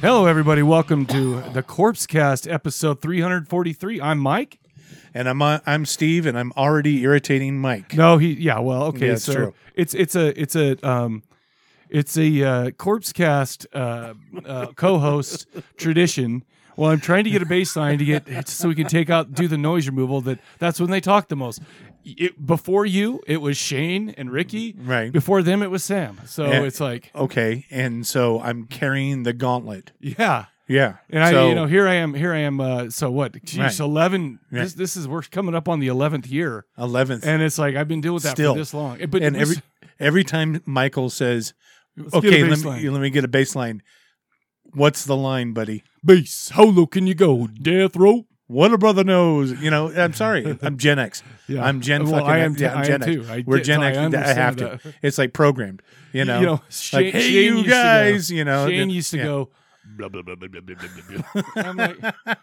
Hello, everybody. Welcome to the Corpse Cast, episode 343. I'm Mike. and I'm uh, I'm Steve, and I'm already irritating Mike. No, he. Yeah, well, okay. Yeah, it's so true. it's it's a it's a um, it's a uh, Corpse Cast uh, uh, co-host tradition. Well, I'm trying to get a baseline to get so we can take out do the noise removal. That that's when they talk the most. It, before you, it was Shane and Ricky. Right. Before them, it was Sam. So Yeah. it's like, Okay, and so I'm carrying the gauntlet. yeah. Yeah, And I, so, you know, here I am. Here I am. Uh, so what? Geez, Right. eleven. Right. This, this is we're coming up on the eleventh year, eleventh, and, and it's like I've been dealing with that Still. for this long. But it was- every every time Michael says, let's get a "Okay, let baseline. me let me get a baseline," what's the line, buddy? base, how low can you go? Death row. What a brother knows. You know, I'm sorry, I'm Gen X. Yeah. I'm Gen. Well, fucking, I am- yeah, I'm I am Gen too. X. I We're did- Gen I X. I have understand to. that. It's like programmed. You know, You know, like Shane, hey, Shane you used to go- guys. You know, Shane used to yeah. go. Blah blah blah blah blah blah blah. blah. I'm like,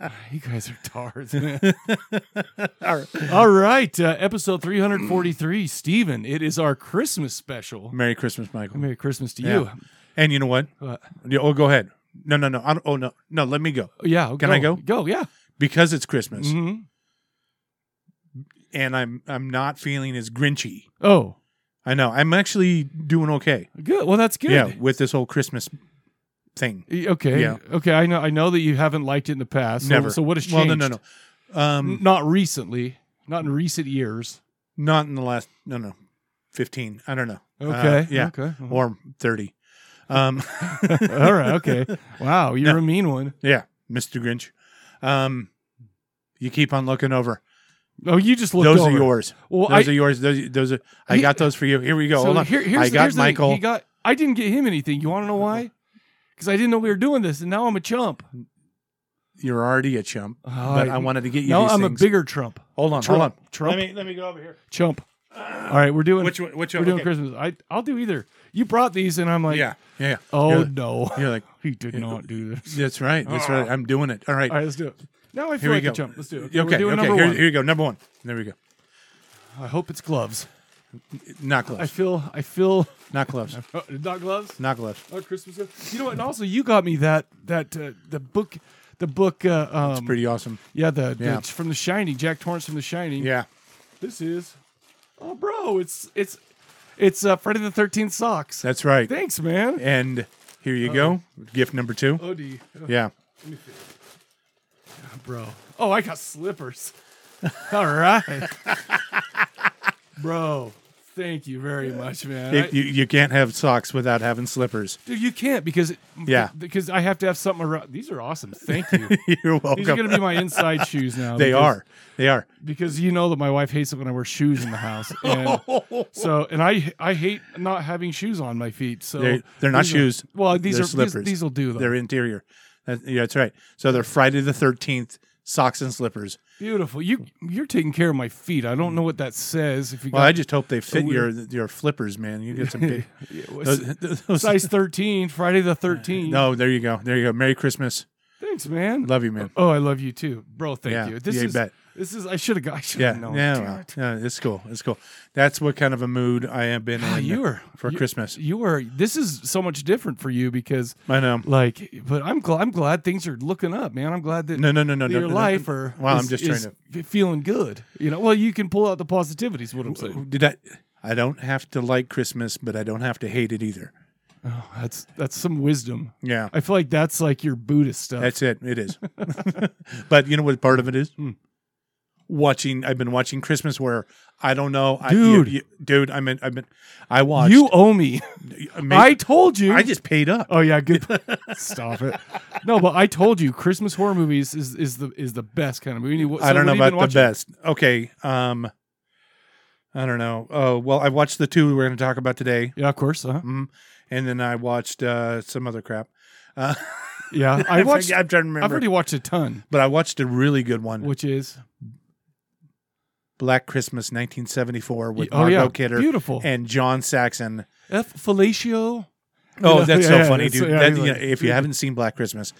"Ah, you guys are tards, man. All right, uh, episode 343, Steven. It is our Christmas special. Merry Christmas, Michael. Merry Christmas to Yeah. And you know what? you. Uh, Yeah, oh, go ahead. No, no, no. I don't, oh, no, no. Let me go yeah, Can I go? Go, yeah. because it's Christmas, hmm and I'm I'm not feeling as Grinchy. Oh, I know. I'm actually doing okay. good. Well, that's good. Yeah, with this whole Christmas thing. Y- E, Okay. Yeah. Okay. I know. I know that you haven't liked it in the past. So, Never. So what has changed? Well, no, no, no. N- Um, Not recently. Not in recent years. not in the last. No, no. Fifteen. I don't know. Uh, Okay. yeah. Okay. Or thirty. Um, All right. Okay. Wow. You're No. a mean one. yeah, Mr. Grinch. Um, you keep on looking over. Oh, you just looked those over. are yours. Well, those I- are yours. Those, those are. I He- got those for you. Here we go. So Hold on. here- here's I the- got here's the thing. Michael. He got. I didn't get him anything. You want to know why? Because I didn't know we were doing this, and now I'm a chump. You're already a chump. Oh, but I- I wanted to get you. Now these I'm things. a bigger trump. Hold on, Trump. hold on. Trump. me let me go over here. chump. All right, we're doing. Which one? Which we're one? doing Okay. Christmas. I I'll do either. You brought these, and I'm like, Yeah, yeah. yeah. Oh you're, like- no, you're like he did Yeah. not do this. that's right. That's right. I'm doing it. All right. Oh. All right, let's do it. Now I feel Here we like go. a chump. Let's do it. Okay. We're doing okay. number Here, one. here you go. Number one. There we go. I hope it's gloves. Not I gloves. feel. I feel. Not gloves. Oh, not gloves. Not gloves. Oh, Christmas gloves. You know what? And also, you got me that that uh, the book, the book. Uh, um, Pretty awesome. yeah, the, the Yeah. from The Shining. Jack Torrance from The Shining. Yeah. This is. Oh, bro, it's it's it's uh, Friday the Thirteenth socks. That's right. Thanks, man. And here you go. Gift number two. Oh, D. Oh, Yeah. bro. Oh, I got slippers. All right, bro. Thank you very much, man. I- It- you, you can't have socks without having slippers. Dude, you can't because it, Yeah. because I have to have something around. These are awesome. Thank you. You're These are welcome. going to be my inside shoes now. they because- are. They are. because you know that my wife hates it when I wear shoes in the house. And so and I I hate not having shoes on my feet. So They're, they're not Oh, these are- shoes. well, these They're are slippers. These, these will do though. They're interior. That, yeah, that's right. So they're Friday the 13th socks and slippers. Beautiful. You you're taking care of my feet. I don't know what that says. If you Well, got I just hope they fit your we're- your flippers, man. You get some big. Yeah, well, those, s- those- size thirteen, Friday the thirteenth. uh, no, there you go. There you go. Merry Christmas. thanks, man. Love you, man. Oh, I love you too, bro. Thank Yeah, you. This yeah, you is bet. this is I should have got. I should Yeah, have yeah, known. Damn well, it. yeah. It's cool. It's cool. That's what kind of a mood I have been Ah, in you were for you- Christmas. You were. This is so much different for you because, I know. like, but I'm glad. I'm glad things are looking up, man. I'm glad that No, no, no, no, that no. your no, life no. or Well, I'm is- just trying is to. f- feeling good. You know. Well, you can pull out the positivities. what I'm saying. Did I? I don't have to like Christmas, but I don't have to hate it either. Oh, that's that's some wisdom. Yeah, I feel like that's like your Buddhist stuff. Hmm. that's it. It is. but you know what? Part of it is watching. I've been watching Christmas where I don't know, Dude. I, you- you- dude. I mean, I've been. I watched. You owe me. I, mean, I told you. I just paid up. Oh yeah, good. Stop it. No, but I told you, Christmas horror movies is is the is the best kind of movie. Oh, So I don't know what have about you the been watching? best. Okay. Um, I don't know. Oh well, I watched the two we're going to talk about today, Yeah, of course. Uh-huh. mm, and then I watched uh, some other crap. Uh, Yeah, I watched. I'm trying to I've remember, already watched a ton, but I watched a really good one, which is Black Christmas, 1974, with oh Margot yeah, Kidder beautiful. and John Saxon. F. Felatio. Oh, know, that's yeah, so yeah, funny, it's- dude. yeah, That- he's you like- know, if you haven't seen Black Christmas,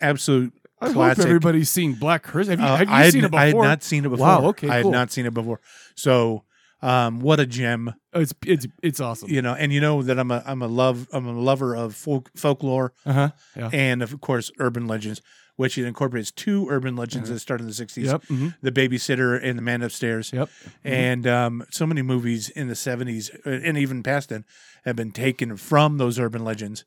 absolute I classic. hope everybody's seen Black Christmas. Have you, Uh, have you I had, seen it before? I had not seen it before. Wow, okay, I had cool. not seen it before. So, um, what a gem! Oh, It's it's it's awesome. You know, and you know that I'm a I'm a love I'm a lover of folk, folklore Uh huh. Yeah. and of course urban legends, which it incorporates two urban legends that started in the '60s: Uh-huh. Yep. mhm, the babysitter and the man upstairs. Yep. Mm-hmm. And um, so many movies in the 70s uh, and even past then have been taken from those urban legends.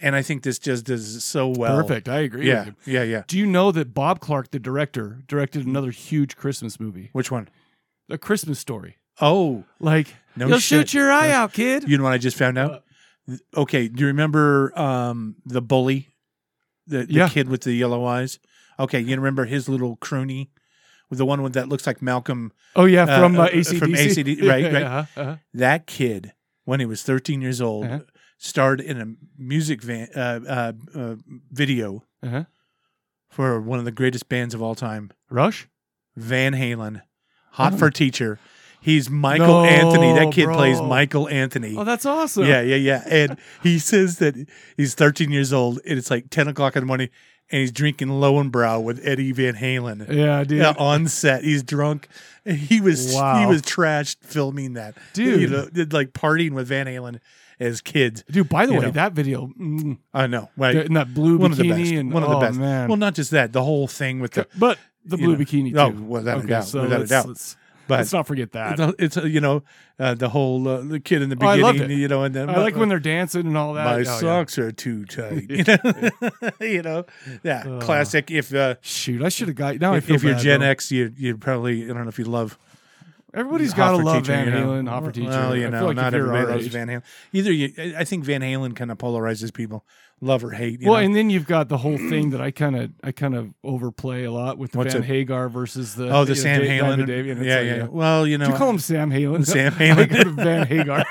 And I think this just does it so well. Perfect. I agree. Yeah. With you. Yeah. Yeah. Do you know that Bob Clark, the director, directed another huge Christmas movie, Which one? A Christmas Story? Oh, Like, No you'll shit. shoot your eye No- out, kid. you know what I just found out? Okay. Do you remember um, the bully? The, the Yeah. kid with the yellow eyes? Okay. You remember his little crony? With The one with that looks like Malcolm. Oh yeah, Uh, from uh, uh, ACDC. from AC/DC, right, right. uh-huh, uh-huh. That kid, when he was 13 years old, Uh-huh. starred in a music van, uh, uh, uh, video Uh-huh. for one of the greatest bands of all time, Rush. Van Halen, Hot Oh. for Teacher. He's Michael No, Anthony. That kid bro. plays Michael Anthony. Oh, that's awesome. yeah, yeah, yeah. And he says that he's 13 years old and it's like 10 o'clock in the morning and he's drinking Lowenbrow with Eddie Van Halen. yeah, dude. Yeah, on set, he's drunk. And He was he Wow. was trashed filming that, You Dude. know, did, like partying with Van Halen as kids. Dude, by the You way, know. that video mm, I know, right? and that blue bikini One of the best. and one of the oh, best. man. Well, not just that, the whole thing with the but the you blue know. bikini. Too. Oh, without a doubt, without a let's, doubt. Let's, but let's not forget that. The- It's, uh, you know uh, the whole uh, the kid in the Oh, I beginning, loved it. you know, and then uh, I like when they're dancing and all that. my Oh, yeah. socks are too tight, you know, you know, yeah, Uh, classic. If uh, Shoot, I should have got. Now I if, feel if you're bad, Gen though. X, you you probably I don't know if you love. everybody's got to Hoffa love Teacher, Van you know. Halen, Hoffa Teacher. Well, you I feel know, like if not you're everybody our loves age- Van Halen. Either you, I- I think Van Halen kind of polarizes people, love or hate. You Well, know? and then you've got the whole thing that I kind of I kind of overplay a lot with the What's Van it? Hagar versus the oh, the you know, Sam Da- Halen, Diamond Davian. It's yeah, like, yeah. you know, Well, you know, Do you call him Sam Halen? Sam I Halen. go to Van Hagar.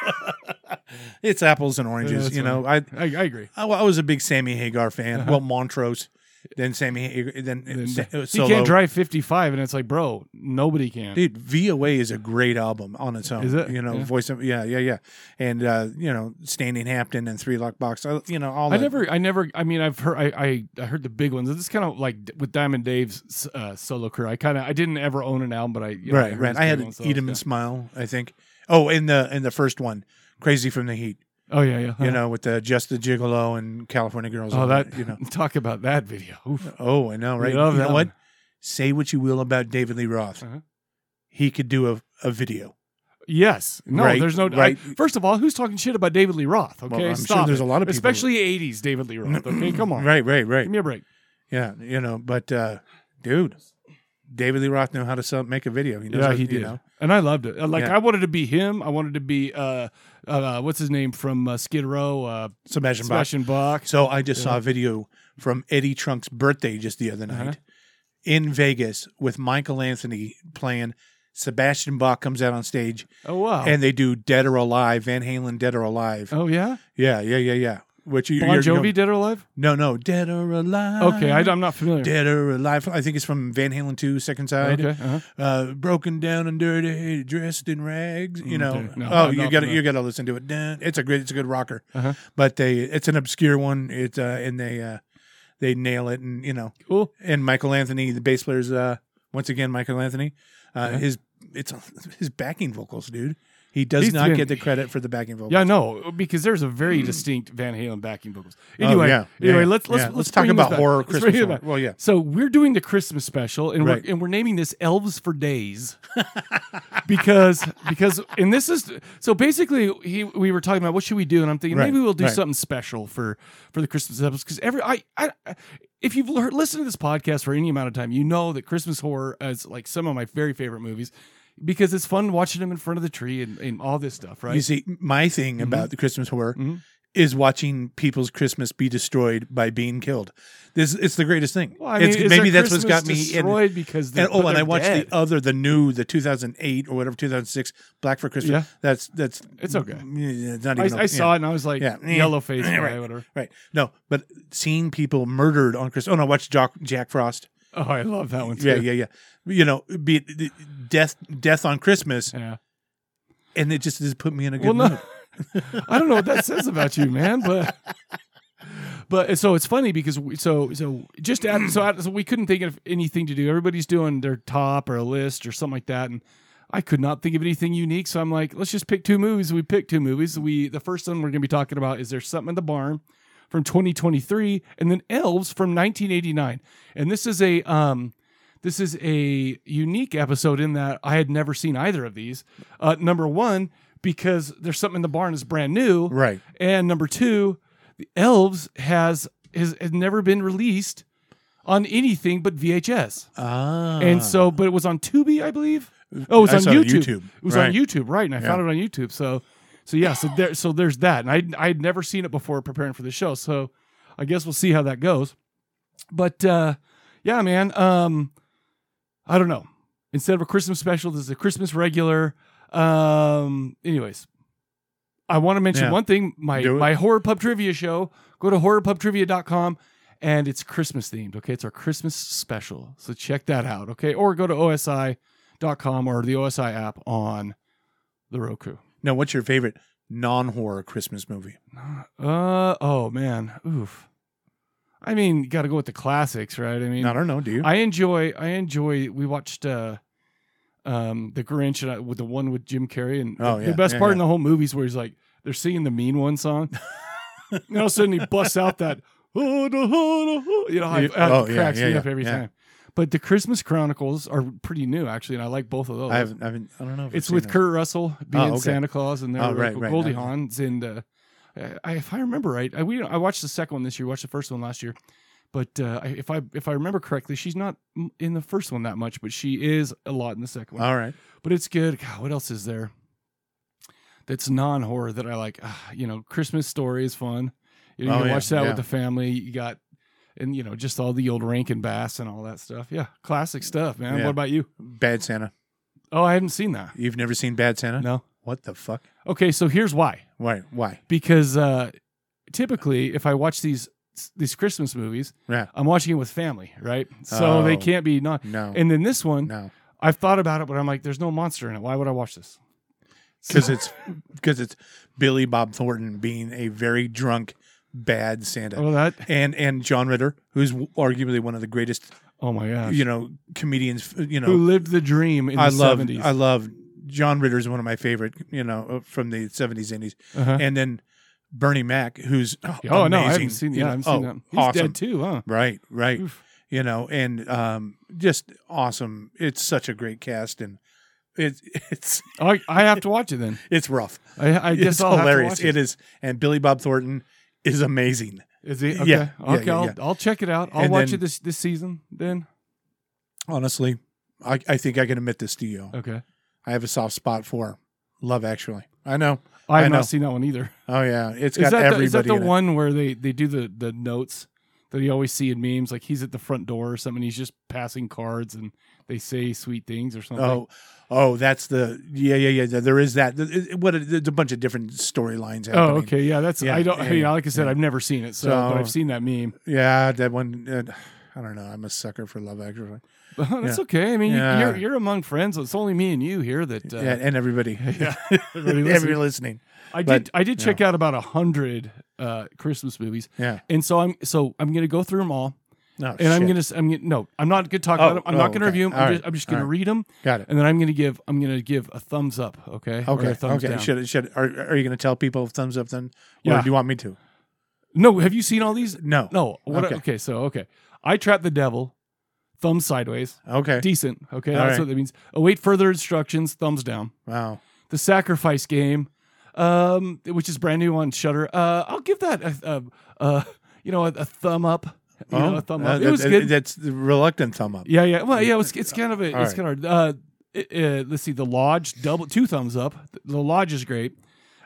it's apples and oranges. that's you know, I I, I agree. I, I was a big Sammy Hagar fan. Well, Montrose, then Sammy, Hagar, then, uh, Then Sa- He Solo. can't drive 55, and it's like, bro, nobody can. Dude, VOA is a great album on its own. Is it? You know, Yeah. voice of yeah, yeah, yeah, and uh, you know, Standing Hampton and Three Lock Box. uh, You know, all I that. never, I never, I mean, I've heard, I, I, I heard the big ones. It's kind of like d- with Diamond Dave's uh, solo career. I kind of, I didn't ever own an album, but I, you know, right, heard right. his I big had ones, so Eat 'em yeah. and Smile. I think. Oh, in the in the first one, Crazy from the Heat. Oh yeah, yeah. You know, with the Just the Gigolo and California Girls. oh on that, it, You know. talk about that video. Oof. Oh, I know, right? love you know that what? one. Say what you will about David Lee Roth, Uh-huh. he could do a, a video. Yes. No, Right, there's no. right. I- first of all, who's talking shit about David Lee Roth? Okay, Well, I'm sure stop. there's it. a lot of people- especially '80s David Lee Roth. Okay, come on, Right, right, right. give me a break. Yeah, you know, but uh, dude, David Lee Roth knew how to sell, make a video. He knows Yeah, what- he you did, know. and I loved it. Uh, Like Yeah. I wanted to be him. I wanted to be uh, uh, what's his name from uh, Skid Row, uh, Sebastian Bach. Sebastian Bach. So I just Yeah. saw a video from Eddie Trunk's birthday just the other Uh-huh. night in Vegas with Michael Anthony playing. Sebastian Bach comes out on stage Oh wow. and they do Dead or Alive, Van Halen Dead or Alive. oh yeah. Yeah, yeah, yeah, yeah. Which you, Bon you're- you're- Jovi, Dead or Alive? no, no, Dead or Alive. Okay, I, am not familiar. Dead or Alive. I think it's from Van Halen 2, Second Side. Okay, uh-huh. uh, broken down and dirty, dressed in rags. You Mm, know, okay. No, oh, I'm you not got to familiar. you got to listen to it. Dun. It's a great, it's a good rocker. Uh-huh. But they, it's an obscure one. It uh, and they uh, they nail it, and you know, cool. and Michael Anthony, the bass player's uh, once again Michael Anthony, uh, Uh-huh. his it's his backing vocals, dude. He does He's not been- get the credit for the backing vocals. Yeah, no, because there's a very distinct Van Halen backing vocals. Anyway, Hmm. Oh, yeah, yeah, anyway, yeah. let's let's Yeah. let's, Let's talk bring this about back. horror Let's bring Christmas it horror. back. Well, yeah. So we're doing the Christmas special, and Right. we're and we're naming this Elves for Days because because and this is so basically he we were talking about what should we do, and I'm thinking Right, maybe we'll do right. something special for for the Christmas episodes because every I. I if you've lear- listened to this podcast for any amount of time, you know that Christmas horror is like some of my very favorite movies because it's fun watching them in front of the tree and, and all this stuff, right? Mm-hmm. You see, my thing about the Christmas horror is watching people's Christmas be destroyed by being killed. This it's the greatest thing. Well, I mean, it's, is maybe their that's what's got Christmas me in. destroyed because they're, And, oh, but and I they're watched dead. the other, the new, the 2008 or whatever, 2006 Black for Christmas. Yeah. That's that's It's okay. Yeah, It's not I, even. I saw it and I was like, Yeah. Eh. yellow face, Right. right. whatever. Right. No, but seeing people murdered on Christmas. Oh no, I watched Jock, Jack Frost. Oh, I love that one. Too. Yeah, yeah, yeah. You know, be it the- death, death on Christmas, Yeah. and it just, just put me in a good Well, mood. no, I don't know what that says about you, man, but. But so it's funny because we, so so just at, so, at, so we couldn't think of anything to do. Everybody's doing their top or a list or something like that, and I could not think of anything unique. So I'm like, let's just pick two movies. We picked two movies. We the first one we're going to be talking about is there's something in the barn from 2023, and then Elves from 1989. And this is a um, this is a unique episode in that I had never seen either of these. Uh, number one, because there's something in the barn is brand new, Right. and number two, the Elves has has, has never been released on anything but VHS. Ah. And so, but it was on Tubi, I believe. Oh, it was I on saw it on YouTube. YouTube, It was on right. YouTube, right? And I found it on YouTube. So, so yeah, so there, so there's that. And I I had never seen it before preparing for the show. So, I guess we'll see how that goes. But uh, yeah, man. Um, I don't know. Instead of a Christmas special, this is a Christmas regular. Um, anyways, I want to mention Yeah. one thing. My Do it. my horror pub trivia show. Go to horrorpubtrivia.com and it's Christmas themed. Okay, it's our Christmas special. So check that out. Okay, or go to osi.com or the OSI app on the Roku. Now, what's your favorite non-horror Christmas movie? Uh oh man, oof. I mean, got to go with the classics, right? I mean, I don't know. Do you? I enjoy. I enjoy. We watched uh, um, the Grinch and I, with the one with Jim Carrey, and Oh, the, yeah, the best yeah, part yeah. in the whole movie is where he's like, they're singing the Mean One song, and all of a sudden he busts out that, "Oh, no, oh, no, oh," you know, I, Yeah. I- it Oh, yeah, cracks yeah, me yeah, up every yeah. time. But the Christmas Chronicles are pretty new, actually, and I like both of those. I haven't. I haven't. I don't know. If I've it's seen with it. Kurt Russell being okay. Santa Claus, and there Oh, were right, right, Goldie right. Hawn's and uh, I, if I remember right, I we I watched the second one this year, watched the first one last year, but uh, I- if I if I remember correctly, she's not m- in the first one that much, but she is a lot in the second one. All right. But it's good. God, what else is there? That's non horror that I like. Ah, you know, Christmas Story is fun. You, know, you Oh, can yeah, watch that yeah. with the family. You got. And you know, just all the old Rankin Bass and all that stuff. Yeah, classic stuff, man. Yeah. What about you? Bad Santa. Oh, I haven't seen that. You've never seen Bad Santa? No. What the fuck? Okay, so here's why. Why? Why? Because uh, typically, if I watch these these Christmas movies, Yeah. I'm watching it with family, right? So Oh. they can't be not. No. And then this one, no. I've thought about it, but I'm like, there's no monster in it. Why would I watch this? Because it's because it's Billy Bob Thornton being a very drunk bad Santa. Oh, that. And and John Ritter, who's arguably one of the greatest, Oh my gosh. you know, comedians, you know, Who lived the dream in I the love, 70s? I love John Ritter is one of my favorite, you know, from the seventies, eighties, Uh-huh. and then Bernie Mac, who's oh, oh no, I amazing. haven't seen. You Yeah, I haven't know, seen that. oh, He's awesome, dead too, Mm. huh? right, right, Oof. you know, and um, just awesome. It's such a great cast, and it's it's I, I have to watch it then. it's rough. I, I guess it's I'll Have hilarious. to watch it. It is, and Billy Bob Thornton is amazing. Is he? Okay. Yeah, yeah, okay. yeah, I'll, yeah. I'll check it out. I'll And watch then- it this this season then. Honestly, I, I think I can admit this to you. Okay. I have a soft spot for Love Actually. I know. I I have know. not seen that one either. Oh yeah, it's Is got that, the, everybody. is that the in it. one where they, they do the, the notes that you always see in memes? Like he's at the front door or something. He's just passing cards and they say sweet things or something. Oh, oh, that's the yeah, yeah, yeah. There is that. Th- it- What a, there's a bunch of different storylines. Oh, happening. okay. Yeah, that's Yeah, I don't. yeah, you know, yeah, like I said, I've never seen it, so, but So- I've seen that meme. Yeah, that one. Uh, I don't know. I'm a sucker for Love Actually. Oh, that's okay. I mean, you- Yeah. you're you're among friends. It's only me and you here that. Uh, yeah, and everybody, yeah. Everybody everybody listening. listening. I but, did. I did check out about a hundred uh, Christmas movies, Yeah, and so I'm so I'm gonna go through them all. No, and I'm Oh, shit. gonna s- I'm gonna no I'm not gonna talk Oh, about them. I'm not oh, gonna okay. review them. All I'm, just, right. I'm just All gonna right. read them got it. and then I'm gonna give I'm gonna give a thumbs up. Okay. Or a Okay, thumbs okay. down. Should should are, are you going to tell people thumbs up then? Or Yeah. do you want me to? No, have you seen all these? No. No. What, okay. Okay. So okay, I trap the devil. Thumbs sideways. Okay. Decent. Okay. All That's right. what that means. Await further instructions. Thumbs down. Wow. The sacrifice game, um, which is brand new on Shutter. Uh, I'll give that a, a, a you know a, a thumb up. You know, Oh, a thumb uh, up. It that- was that- good. That's the reluctant thumb up. Yeah, yeah. Well, yeah. It's, it's kind of a. All it's right. kind of. Uh, it- uh, let's see. The lodge double two thumbs up. The lodge is great.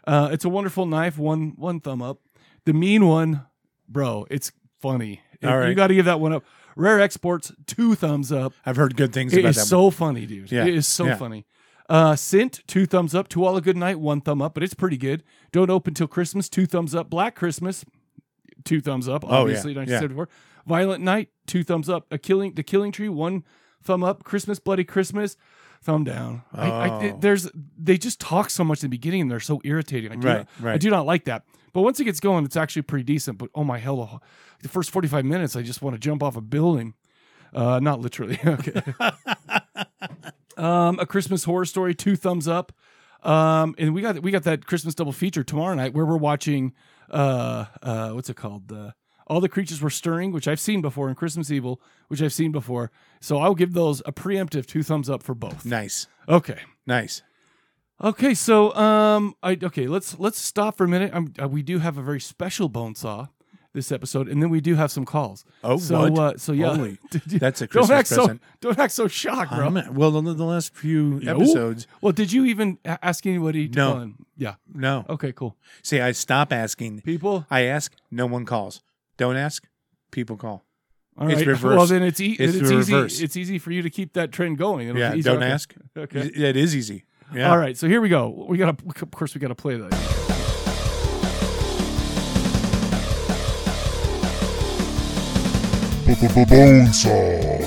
Uh, it's a wonderful knife. One one thumb up. The mean one, bro. It's funny. If- All right. You got to give that one up. Rare exports two thumbs up. I've heard good things It about is that. so funny, dude. Yeah, It is so yeah. funny. Uh, Sint, two thumbs up. Tuala Good Night, one thumb up, but it's pretty good. Don't open till Christmas, two thumbs up. Black Christmas, two thumbs up. Oh, yeah, Obviously, like I yeah. said before. Violent Night, two thumbs up. A killing, the Killing Tree, one thumb up. Christmas, Bloody Christmas, thumb down. I, I, Oh. it- there's they just talk so much in the beginning, and they're so irritating. I do, Right, not, I right. do not like that. But once it gets going, it's actually pretty decent. But oh my hell, the first forty five minutes, I just want to jump off a building. Uh, not literally. Okay. um, a Christmas horror story, two thumbs up. Um, and we got we got that Christmas double feature tomorrow night where we're watching uh uh what's it called? Uh, all the creatures were stirring, which I've seen before, and Christmas Evil, which I've seen before. So I'll give those a preemptive two thumbs up for both. nice, Okay. nice. Okay, so um, I okay. Let's let's stop for a minute. Um uh, we do have a very special bone saw this episode, and then we do have some calls. Oh, so what? uh, so yeah, Holy, Did you- that's a don't Christmas act present. so don't act so shocked, bro. Um, well, the, the last few No. episodes, Well, did you even a- ask anybody? To No. call in? Yeah. no. Okay. Cool. See, I stop asking. People. I ask, no one calls. Don't ask, people call. All It's right. reverse. Well, then it's, e- It's it's, the easy. reverse. It's easy for you to keep that trend going. It'll yeah, be easy. don't Okay. ask. Okay. That is easy. Yeah. All right. So here we go. We gotta. Of course, we gotta play that. Bonesaw.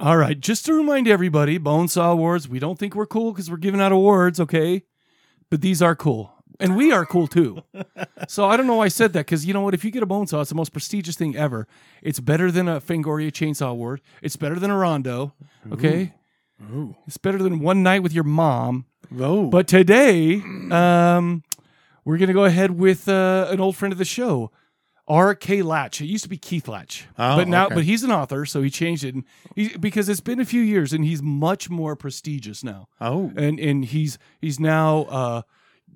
All right, just to remind everybody, Bonesaw Awards, we don't think we're cool because we're giving out awards, okay? But these are cool. And we are cool too. so I don't know why I said that because you know what? If you get a Bonesaw, it's the most prestigious thing ever. It's better than a Fangoria Chainsaw Award. It's better than a Rondo, okay? Ooh. It's better than one night with your mom. Oh. But today, um, we're going to go ahead with uh, an old friend of the show, R.K. Latch. It used to be Keith Latch, Oh, but now, okay. but he's an author, so he changed it and he, because it's been a few years, and he's much more prestigious now, oh. and and he's he's now. Uh,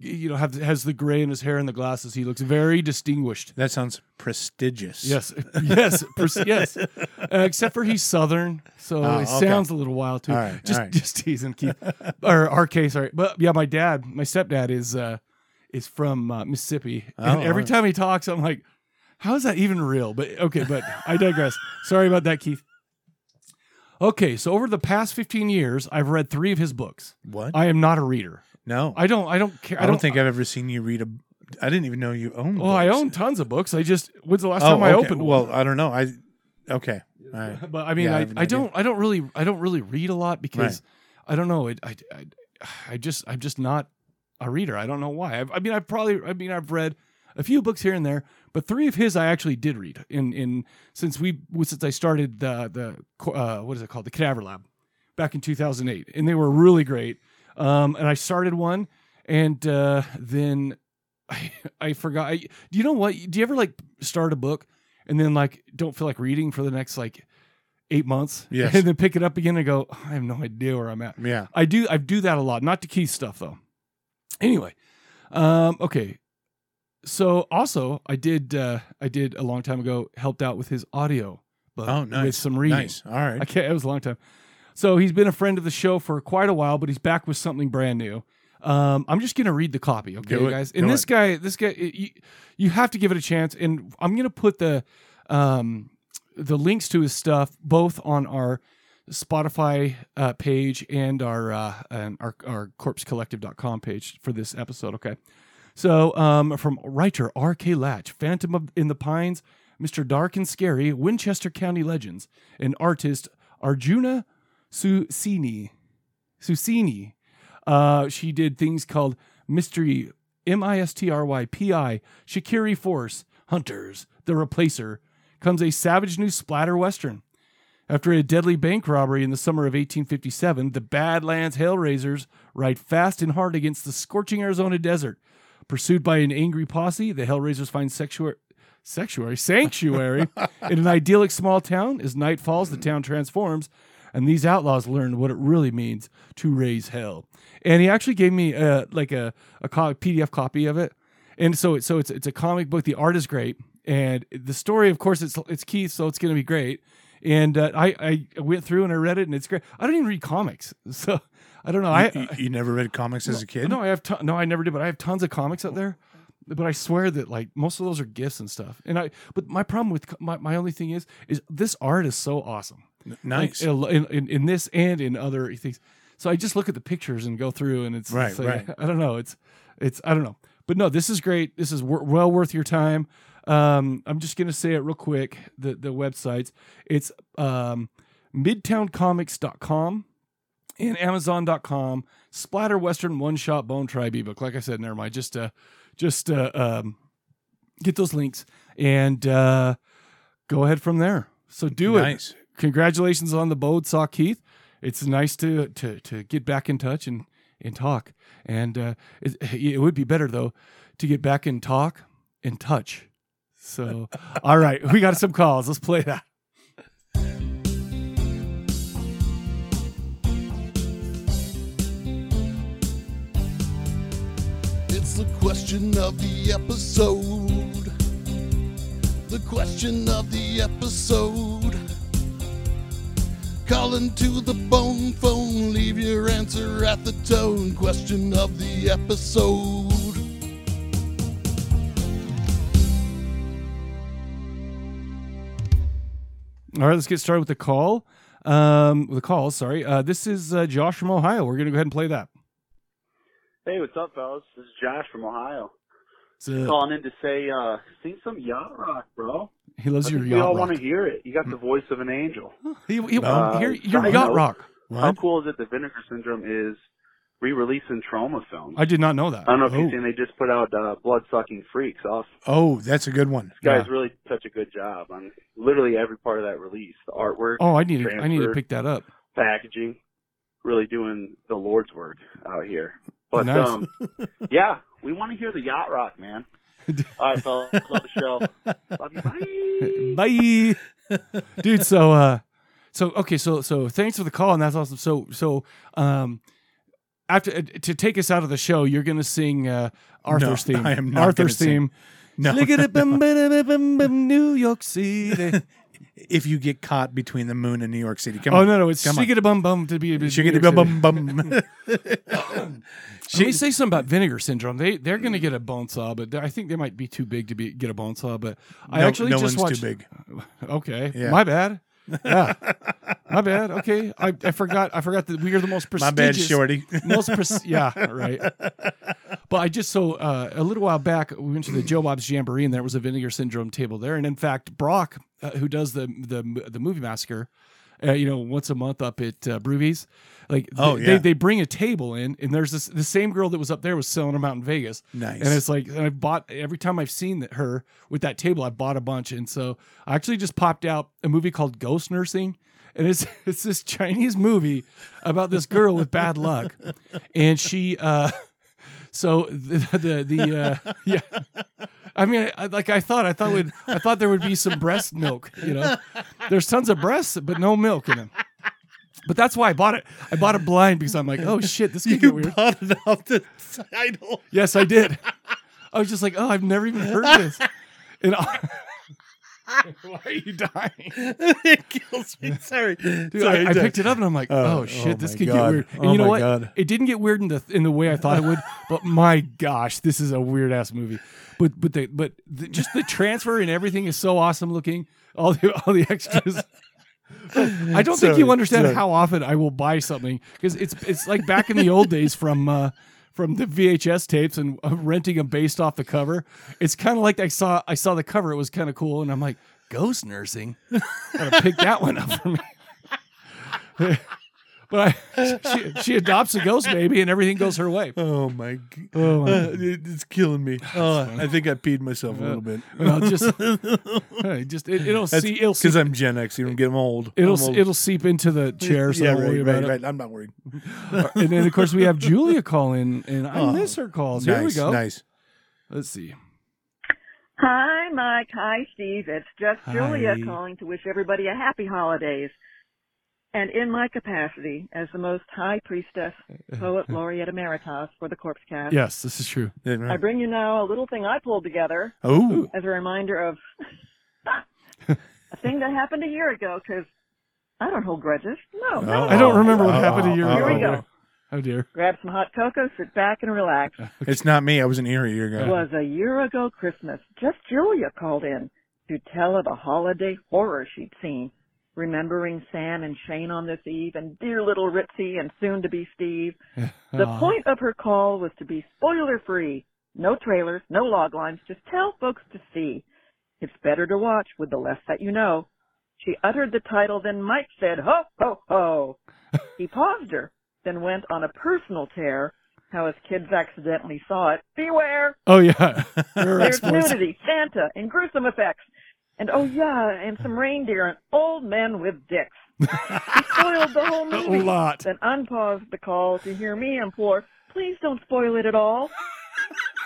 you know, have, has the gray in his hair and the glasses. He looks very distinguished. That sounds prestigious. Yes, yes, pers- yes. Uh, except for he's southern, so Oh, it okay. sounds a little wild too. All right, just all right. just teasing Keith or RK, sorry. But yeah, my dad, my stepdad is uh is from uh, Mississippi, and Oh, every all right. time he talks, I'm like, how is that even real? But okay, but I digress. Sorry about that, Keith. Okay, so over the past 15 years, I've read three of his books. What? I am not a reader. no. I, I don't. I don't care. I don't, don't, think I've ever seen you read a. I didn't even know you owned. Oh, I books. own tons of books. I just. When's the last Oh, time I okay. opened? one? Well, I don't know. I. Okay. All right. but I mean, Yeah, I I, have an I, idea. don't, I don't really, I don't really read a lot because I don't know. It, I, I, I just, I'm just not a reader. I don't know why. I've, I mean, I've probably, I mean, I've read a few books here and there, but three of his I actually did read in, in since we, since I started the, the, co- uh, what is it called, the Cadaver Lab, back in 2008, and they were really great. Um, and I started one, and uh, then I, I forgot. I, do you know what? Do you ever like start a book and then like don't feel like reading for the next like eight months? Yes. And then pick it up again and go, I have no idea where I'm at. Yeah. I do. I do that a lot. Not to key stuff though. Anyway, um, okay. So also, I did. Uh, I did a long time ago. Helped out with his audio. book Oh, nice. With some reading. Nice. All right. I can't. It was a long time. So he's been a friend of the show for quite a while, but he's back with something brand new. Um, I'm just gonna read the copy, okay, Do it. guys. And Do this it. guy, this guy, it- you, you have to give it a chance. And I'm gonna put the um, the links to his stuff both on our Spotify uh, page and our uh, and our our corpsecollective.com page for this episode, okay. So, um, from writer R.K. Latch, Phantom of, in the Pines, Mr. Dark and Scary, Winchester County Legends, and artist Arjuna Susini. Susini. Uh, she did things called Mystery, M I S T R Y P I, Shakiri Force, Hunters, The Replacer, comes a savage new splatter western. After a deadly bank robbery in the summer of 1857, the Badlands Hellraisers ride fast and hard against the scorching Arizona desert. Pursued by an angry posse, the Hellraisers find sanctuary, sanctuary, sanctuary in an idyllic small town. As night falls, the town transforms, and these outlaws learn what it really means to raise hell. And he actually gave me uh, like a a co- PDF copy of it, and so it, so it's it's a comic book. The art is great, and the story, of course, it's it's Keith, so it's going to be great. And uh, I I went through and I read it, and it's great. I don't even read comics, so I don't know. I you, you never read comics as a kid? no, I have ton- no, I never did, but I have tons of comics out there. But I swear that like most of those are gifts and stuff. And I, but my problem with co- my, my only thing is is this art is so awesome. N- Like, Nice. in, in in this and in other things. So I just look at the pictures and go through, and it's Right, it's like, right. I don't know. It's it's I don't know. But no, this is great. This is wor- well worth your time. Um, I'm just gonna say it real quick. The the websites. It's um, midtowncomics.com and amazon.com splatter western one shot bone tribe ebook like i said never mind just uh just uh um get those links and uh go ahead from there so do it Nice. congratulations on the bold saw keith it's nice to to to get back in touch and and talk and uh it, it would be better though to get back and talk and touch so all right we got some calls let's play that It's the question of the episode. The question of the episode. Calling to the bone phone, leave your answer at the tone. Question of the episode. All right, let's get started with the call. Um, the call, sorry. Uh, this is uh, Josh from Ohio. We're going to go ahead and play that. Hey, what's up, fellas? This is Josh from Ohio. So, Calling in to say, uh, sing some yacht rock, bro. he loves I your think we all yacht want rock. Hmm. to hear it. You got the voice of an angel. He, he, Uh, here- your I yacht know. rock. How What? cool is it that Vinegar Syndrome is re-releasing trauma films? I did not know that. I don't know if Oh. you've seen they just put out uh, Blood Sucking Freaks. Awesome. Oh, that's a good one. These guys really did such a good job on literally every part of that release. The artwork, Oh, I need to, I need to Transfer. pick that up. packaging, really doing the Lord's work out here. But Nice. um, yeah, we want to hear the yacht rock, man. All right, fellas, love the show. Love you. Bye. Bye, dude. So, uh, so okay, so so thanks for the call, and that's awesome. So so um, after uh, to take us out of the show, you're going to sing uh, Arthur's No, theme. I am not Arthur's gonna sing. theme. No. Slick-a-dip-bum-bum-bum-bum, New York City. If you get caught between the moon and New York City, come Oh on. no no! It's Come on. shigga bum bum to be. Shiggity bum bum. Let me say something about vinegar syndrome. They they're going to get a bone saw, but I think they might be too big to be get a bone saw. But I No- actually no just one's watched. too big. Okay, Yeah. my bad. Yeah, my bad. Okay, I, I forgot. I forgot that we are the most My prestigious. bad, Shorty. Most pres- yeah, right. But I just so uh, a little while back we went to the Joe Bob's Jamboree and there was a Vinegar Syndrome table there, and in fact Brock, uh, who does the the the movie massacre, uh, you know once a month up at uh, Broovies, like Oh, they, yeah. they they bring a table in, and there's this the same girl that was up there was selling them out in Vegas, Nice. and it's like and I've bought every time I've seen that, her with that table, I bought a bunch, and so I actually just popped out a movie called Ghost Nursing, and it's it's this Chinese movie about this girl with bad luck, and she. uh so the the, the uh, yeah, I mean, I, like I thought, I thought would I thought there would be some breast milk. You know, there's tons of breasts, but no milk in them. But that's why I bought it. I bought it blind because I'm like, oh shit, this could get You weird. bought it off the title. Yes, I did. I was just like, oh, I've never even heard of this. And I, why are you dying? it kills me. Sorry. Dude, Sorry. I, I picked it up and I'm like, Oh, oh, oh shit, this my could God. get weird. And Oh you know my what? God. It didn't get weird in the in the way I thought it would, but my gosh, this is a weird ass movie. But but the but the, just the transfer and everything is so awesome looking. All the all the extras. I don't think Sorry, you understand sorry. how often I will buy something because it's it's like back in the old days from. Uh, from the VHS tapes and uh, renting them based off the cover, it's kind of like I saw I saw the cover. It was kind of cool, and I'm like, ghost nursing. Gotta pick that one up for me. But I, she, she adopts a ghost baby and everything goes her way. Oh my! g- Oh, my- Uh, it- it's killing me. Oh, I think I peed myself a little bit. Well, just, it just it, it'll see it'll because seep, I'm Gen X. You don't get 'em old. it'll I'm old. it'll seep into the chair. So yeah, don't right, worry right, about right. I'm not worried. it. And then of course we have Julia call in, and I Oh, miss her calls. Here we nice, go. nice. Let's see. Hi, Mike. Hi, Steve. It's just Hi. Julia calling to wish everybody a happy holidays. And in my capacity as the most high priestess, poet laureate emeritus for the Corpse Cast, Yes, this is true. I bring you now a little thing I pulled together Oh, as a reminder of a thing that happened a year ago because I don't hold grudges. No, no. I don't remember what oh, happened a year oh, ago. Here we go. Oh dear. Grab some hot cocoa, sit back and relax. It's not me. I wasn't here a year ago. It was a year ago Christmas. Just Julia called in to tell of a holiday horror she'd seen, remembering Sam and Shane on this eve and dear little Ritzy and soon to be Steve. The Aw. point of her call was to be spoiler free. No trailers, no log lines, just tell folks to see. It's better to watch with the less that you know. She uttered the title, then Mike said, ho, ho, ho. he paused her, then went on a personal tear, how his kids accidentally saw it. Beware! Oh yeah. Her There's exploits. nudity, Santa, and gruesome effects. And oh yeah, and some reindeer and old men with dicks. he spoiled the whole A movie. lot. Then unpaused the call to hear me implore, please don't spoil it at all.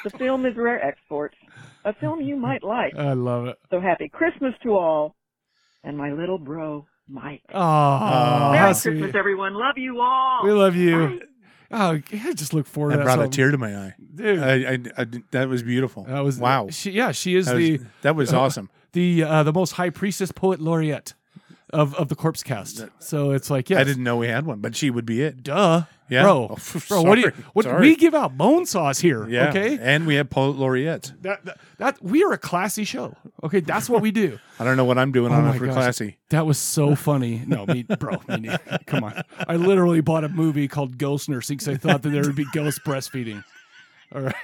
the film is rare exports, a film you might like. I love it. So happy Christmas to all, and my little bro, Mike. Ah. Oh, how Merry sweet. Christmas, everyone. Love you all. We love you. Oh, I just look forward I to that. brought a song. tear to my eye. Dude, I, I, I did- that was beautiful. that was wow. She, yeah, she is That the was, that was awesome. the uh, the most high priestess poet laureate of of the corpse cast. So it's like, yeah, I didn't know we had one, but she would be it. duh, Yeah. bro, Oh, bro. What do you, sorry. what Sorry. we give out bone sauce here? Yeah. Okay, And we had poet laureates. that, that that we are a classy show. Okay, that's what we do. I don't know what I'm doing Oh on my it for gosh. classy. That was so funny. No, me, bro, me neither. Come on. I literally bought a movie called Ghost Nursing because I thought that there would be ghost breastfeeding. All right.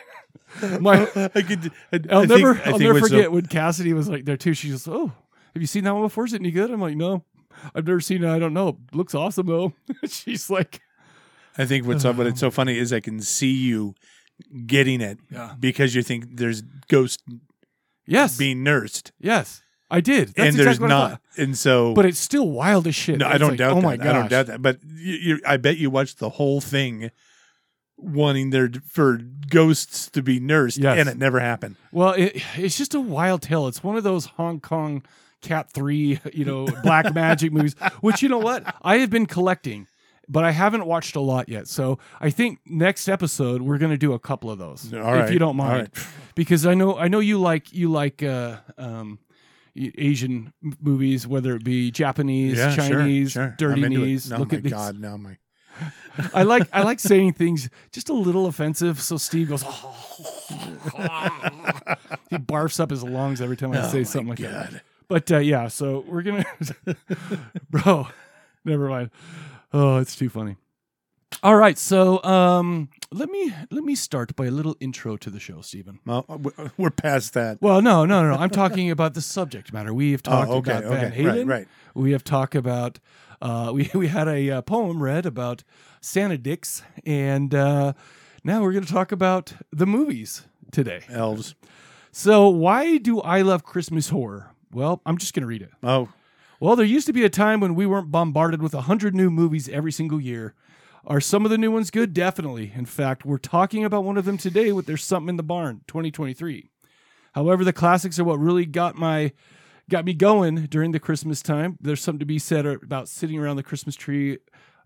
My, I could. I, I'll I think- never, I I'll think never what's so- forget when Cassidy was like there too. She goes, "Oh, have you seen that one before? Is it any good?" I'm like, "No, I've never seen it. I don't know. It looks awesome though." She's like, I think what's up, but it's so funny is I can see you getting it Yeah. because you think there's ghosts "Yes, being nursed, yes, I did." That's and exactly there's what I not, thought. and so. but it's still wild as shit. no, I It's don't like, doubt Oh that. my gosh, I don't doubt that. But you, you, I bet you watched the whole thing, wanting there for ghosts to be nursed, Yes. and it never happened. Well, it, it's just a wild tale. It's one of those Hong Kong Cat 3, you know, black magic movies, which, you know what? I have been collecting, but I haven't watched a lot yet. So I think next episode, we're going to do a couple of those, All if right. you don't All mind. Because I know, I know you like, you like, uh, um, y- Asian m- movies, whether it be Japanese, Yeah, sure, Chinese, sure. dirty I'm into it. knees. No, Look my at these. God, no, my I like I like saying things just a little offensive. So Steve goes, "Ah." he barfs up his lungs every time I say something like that. But uh, yeah, so we're gonna, bro. Never mind. Oh, it's too funny. All right, so um, let me let me start by a little intro to the show, Stephen. Well, w- we're past that. Well, no, no, no. no. I'm talking about the subject matter. We have talked Oh, okay, about Van okay. Halen. Right, right. We have talked about. Uh, we we had a uh, poem read about Santa Dix, and uh, now we're going to talk about the movies today. Elves. So, why do I love Christmas horror? Well, I'm just going to read it. Oh, Well, there used to be a time when we weren't bombarded with 100 new movies every single year. Are some of the new ones good? Definitely. In fact, we're talking about one of them today with There's Something in the Barn 2023. However, the classics are what really got my got me going during the Christmas time. There's something to be said about sitting around the Christmas tree,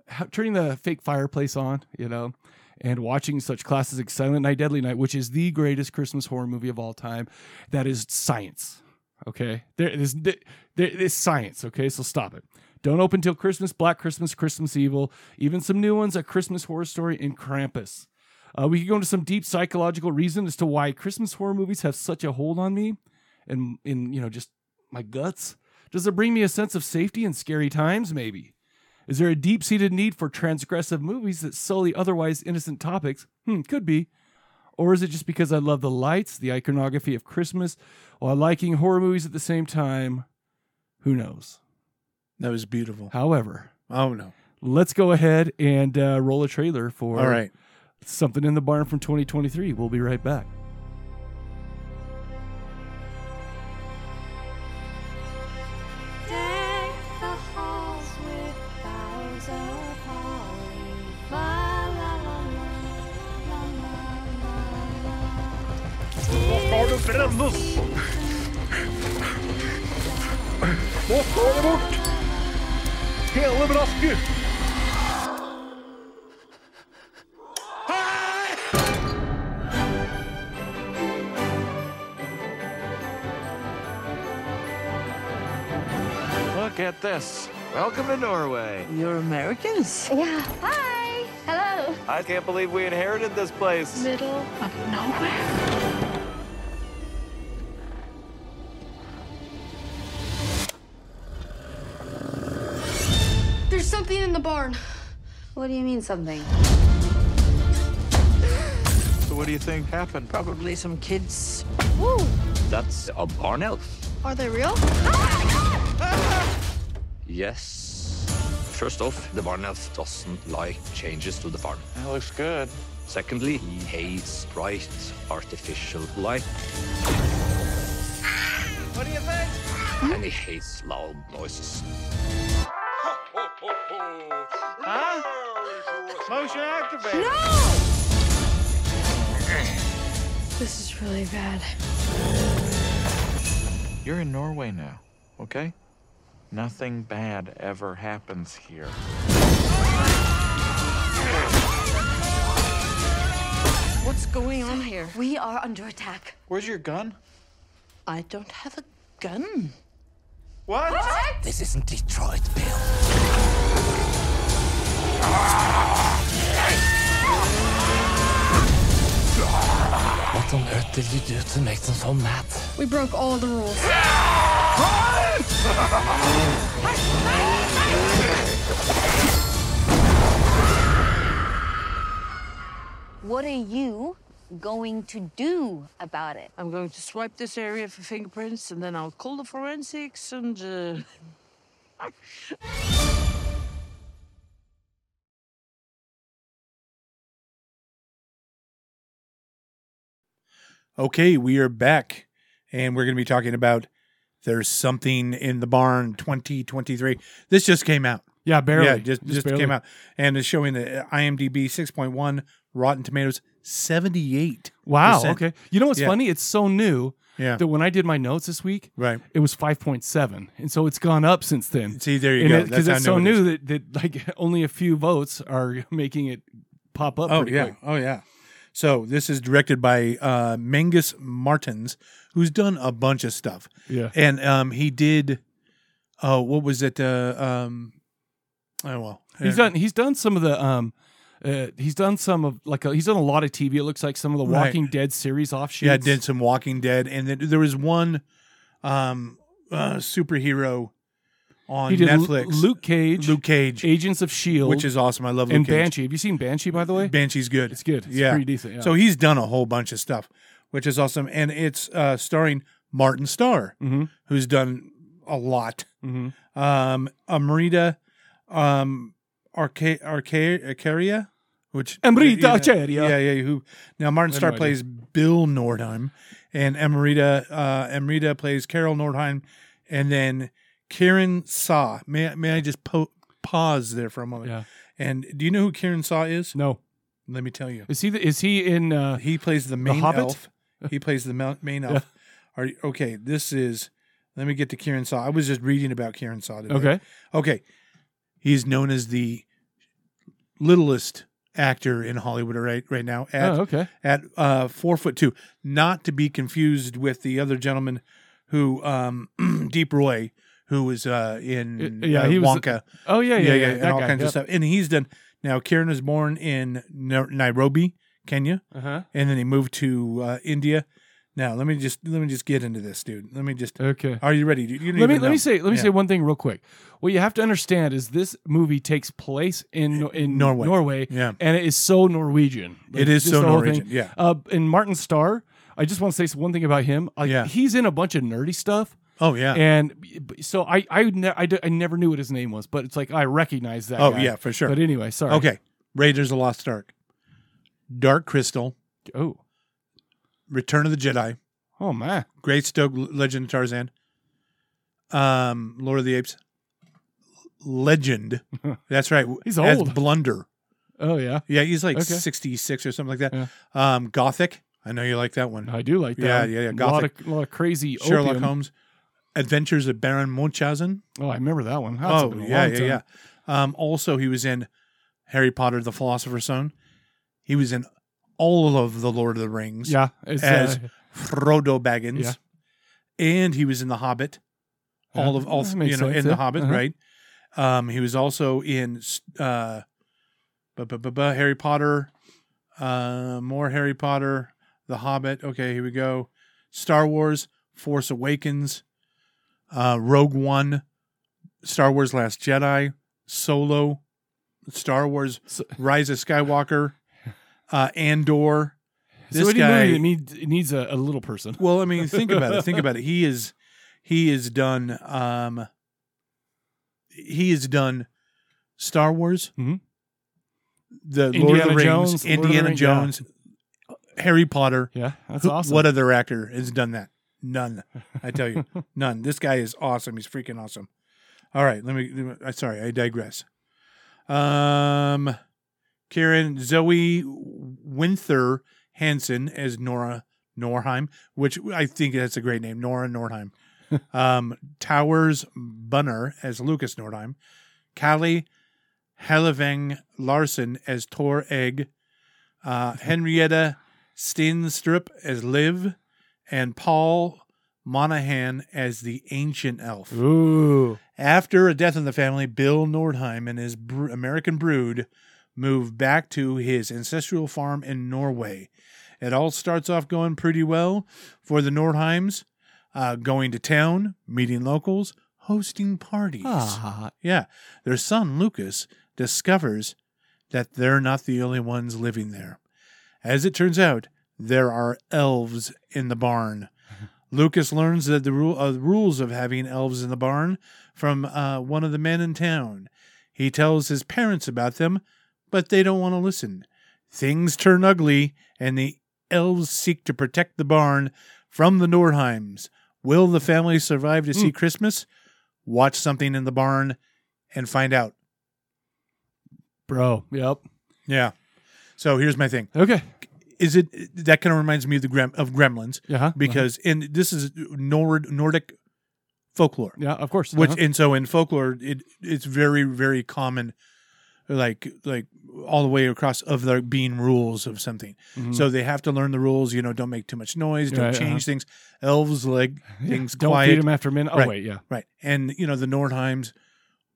ha- turning the fake fireplace on, you know, and watching such classes like Silent Night, Deadly Night, which is the greatest Christmas horror movie of all time. That is science. Okay, there is there is science. Okay, so stop it. Don't open till Christmas, Black Christmas, Christmas Evil, even some new ones, A Christmas Horror Story, and Krampus. Uh, we could go into some deep psychological reason as to why Christmas horror movies have such a hold on me, and in you know just my guts. Does it bring me a sense of safety in scary times? Maybe. Is there a deep seated need for transgressive movies that sully otherwise innocent topics? Hmm, could be. Or is it just because I love the lights, the iconography of Christmas, while liking horror movies at the same time? Who knows? that was beautiful. However, Oh no. let's go ahead and uh, roll a trailer for All right. something in the barn from 2023. We'll be right back. Deck the halls with boughs of holly. La la la la la la la la. Look at this. Welcome to Norway. You're Americans? Yeah. Hi. Hello. I can't believe we inherited this place. Middle of nowhere. There's something in the barn. What do you mean something? So what do you think happened? Probably some kids. Woo! That's a barn elf. Are they real? Yes. First off, the barn elf doesn't like changes to the farm. That looks good. Secondly, he hates bright artificial light. What do you think? And he hates loud noises. Motion activated. This is really bad. You're in Norway now, okay? Nothing bad ever happens here. What's going on here? We are under attack. Where's your gun? I don't have a gun. What? This isn't Detroit, Bill. What on earth did you do to make them so mad? We broke all the rules. What are you going to do about it? I'm going to swipe this area for fingerprints and then I'll call the forensics and. Uh... Okay, we are back, and we're going to be talking about "There's Something in the Barn" 2023. This just came out. Yeah, barely. Yeah, just just, barely. came out, and it's showing the IMDb 6.1, Rotten Tomatoes 78. Wow. percent. Okay. You know what's Yeah. funny? It's so new Yeah. that when I did my notes this week, Right. it was 5.7, and so it's gone up since then. See, there you And go. it- That's how it's so it is. new that, that like only a few votes are making it pop up. Oh pretty yeah. quick. Oh yeah. So this is directed by uh, Mangus Martins, who's done a bunch of stuff, yeah. and um, he did. Oh, what was it? Uh, um, oh well, He's Uh, done. He's done some of the. Um, uh, he's done some of like a, he's done a lot of TV. It looks like some of the Right. Walking Dead series offshoots. Yeah, did some Walking Dead, and then there was one um, uh, superhero on He did Lu- Netflix, Luke Cage, Luke Cage, Agents of Shield, which is awesome. I love Luke E and Cage. Banshee. Have you seen Banshee by the way? Banshee's good. It's good. It's yeah, pretty decent, yeah. So he's done a whole bunch of stuff, which is awesome, and it's uh, starring Martin Starr, Mhm. who's done a lot. Mhm. Um, Amrita, um, Arca- Arca- Arcaria, which Amrita you know- Arcaria. yeah, yeah. Who now? Martin have Starr no idea. plays Bill Nordheim, and Amrita, uh, Amrita plays Carol Nordheim, and then Karen Saw. May I- may I just po- pause there for a moment? Yeah. And do you know who Karen Saw is? No, Let me tell you. is he? The, is he in? Uh, He plays the main Hobbit? elf. He plays the mou- main elf. Are you, okay? This is. Let me get to Kieran Saw. I was just reading about Kieran Saw today. okay. Okay. He's known as the littlest actor in Hollywood right right now at oh, okay. at uh, four foot two. Not to be confused with the other gentleman who um, Deep Roy, who was uh, in Y- yeah, uh, he was- Wonka Oh yeah, yeah, yeah, and that all guy, kinds yep. of stuff. And he's done now. Kieran was born in Nai- Nairobi, Kenya, Uh-huh. and then he moved to uh, India. Now let me just let me just get into this, dude. Let me just. Okay. Are you ready? dude? You don't Uh, Let me even let know. me say let me Yeah. say one thing real quick. What you have to understand is this movie takes place in Nor- in Norway. Norway, Yeah. and it is so Norwegian. Like, It is just so the whole thing. Norwegian, yeah. Uh, and Martin Starr, I just want to say one thing about him. Like, Yeah. he's in a bunch of nerdy stuff. Oh, yeah. And b- b- so I I, would ne- I, d- I never knew what his name was, but it's like I recognize that. Oh guy. yeah, for sure. But anyway, sorry. Okay, Raiders of the Lost Ark, Dark Crystal. Oh, Return of the Jedi. Oh man, Great Stoke, Legend of Tarzan. Um, Lord of the Apes. Legend. That's right. He's As old. Blunder. Oh yeah. Yeah, he's like Okay. 66 or something like that. Um, Gothic. I know you like that one. I do like that. Yeah, one. yeah, yeah. A lot Gothic. of, lot of crazy Sherlock Uh, opium. Holmes. Adventures of Baron Munchausen. Oh, I remember that one. That's oh, been a yeah, long yeah, time. yeah. Um, also, he was in Harry Potter, the Philosopher's Stone. He was in all of the Lord of the Rings. Yeah, it's, as uh, Frodo Baggins. Yeah. And he was in The Hobbit. All Yeah, of all that you know makes sense, in The yeah. Hobbit, Uh-huh. right? Um, he was also in uh, bu- bu- bu- bu- Harry Potter. Uh, more Harry Potter, The Hobbit. Okay, here we go. Star Wars, Force Awakens, uh, Rogue One, Star Wars Last Jedi, Solo, Star Wars Rise of Skywalker, uh, Andor. so any movie that needs, it needs a, a little person. Well, I mean, think about it. Think about it. He is he is done um he is done Star Wars, the Lord of Mm-hmm. Indiana the Rings, Jones, Lord of the Indiana Rings, yeah. Jones, Harry Potter. Yeah, that's Who- awesome. What other actor has done that? None. I tell you, none. This guy is awesome. He's freaking awesome. All right, let me. let me- I- Sorry, I digress. Um, Karen Zoe Winther Hansen as Nora Norheim, which I think that's a great name, Nora Norheim. um, Towers Bunner as Lucas Nordheim, Callie Helleving Larson as Tor Egg, uh, Henrietta Steenstrup as Liv, and Paul Monahan as the Ancient Elf. Ooh. After a death in the family, Bill Nordheim and his br- American brood move back to his ancestral farm in Norway. It all starts off going pretty well for the Nordheims, uh, going to town, meeting locals, hosting parties. Ah. Yeah. Their son, Lucas, discovers that they're not the only ones living there. As it turns out, there are elves in the barn. Lucas learns that the rule, uh, rules of having elves in the barn from uh, one of the men in town. He tells his parents about them, but they don't want to listen. Things turn ugly, and the elves seek to protect the barn from the Nordheims. Will the family survive to see Christmas? Watch something in the barn and find out. Bro, yep. Yeah. So here's my thing. Okay. uh-huh, Is it that kind of reminds me of the Grem, of Gremlins? Yeah, Because and this is Nord Nordic folklore. Yeah, of course. Which Uh-huh. and so in folklore it it's very very common, like like all the way across of there being rules of something. Mhm. So they have to learn the rules. You know, don't make too much noise. Don't Right, uh-huh. change things. Elves like Yeah, things don't feed quiet. 'em after midnight. Oh, Right, wait, yeah. right. And you know the Nordheims.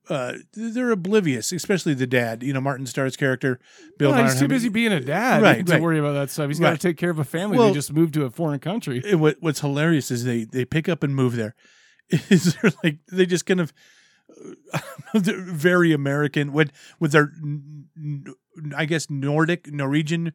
Uh, they're oblivious, especially the dad. You know Martin Starr's character, Bill. Well, he's too Nordheim. busy being a dad Right, to right. worry about that stuff. He's got Right. to take care of a family. Well- they just moved to a foreign country. And eh, what what's hilarious is they they pick up and move there. Is they're like they just kind of uh, they're very American with with their n- n- I guess Nordic Norwegian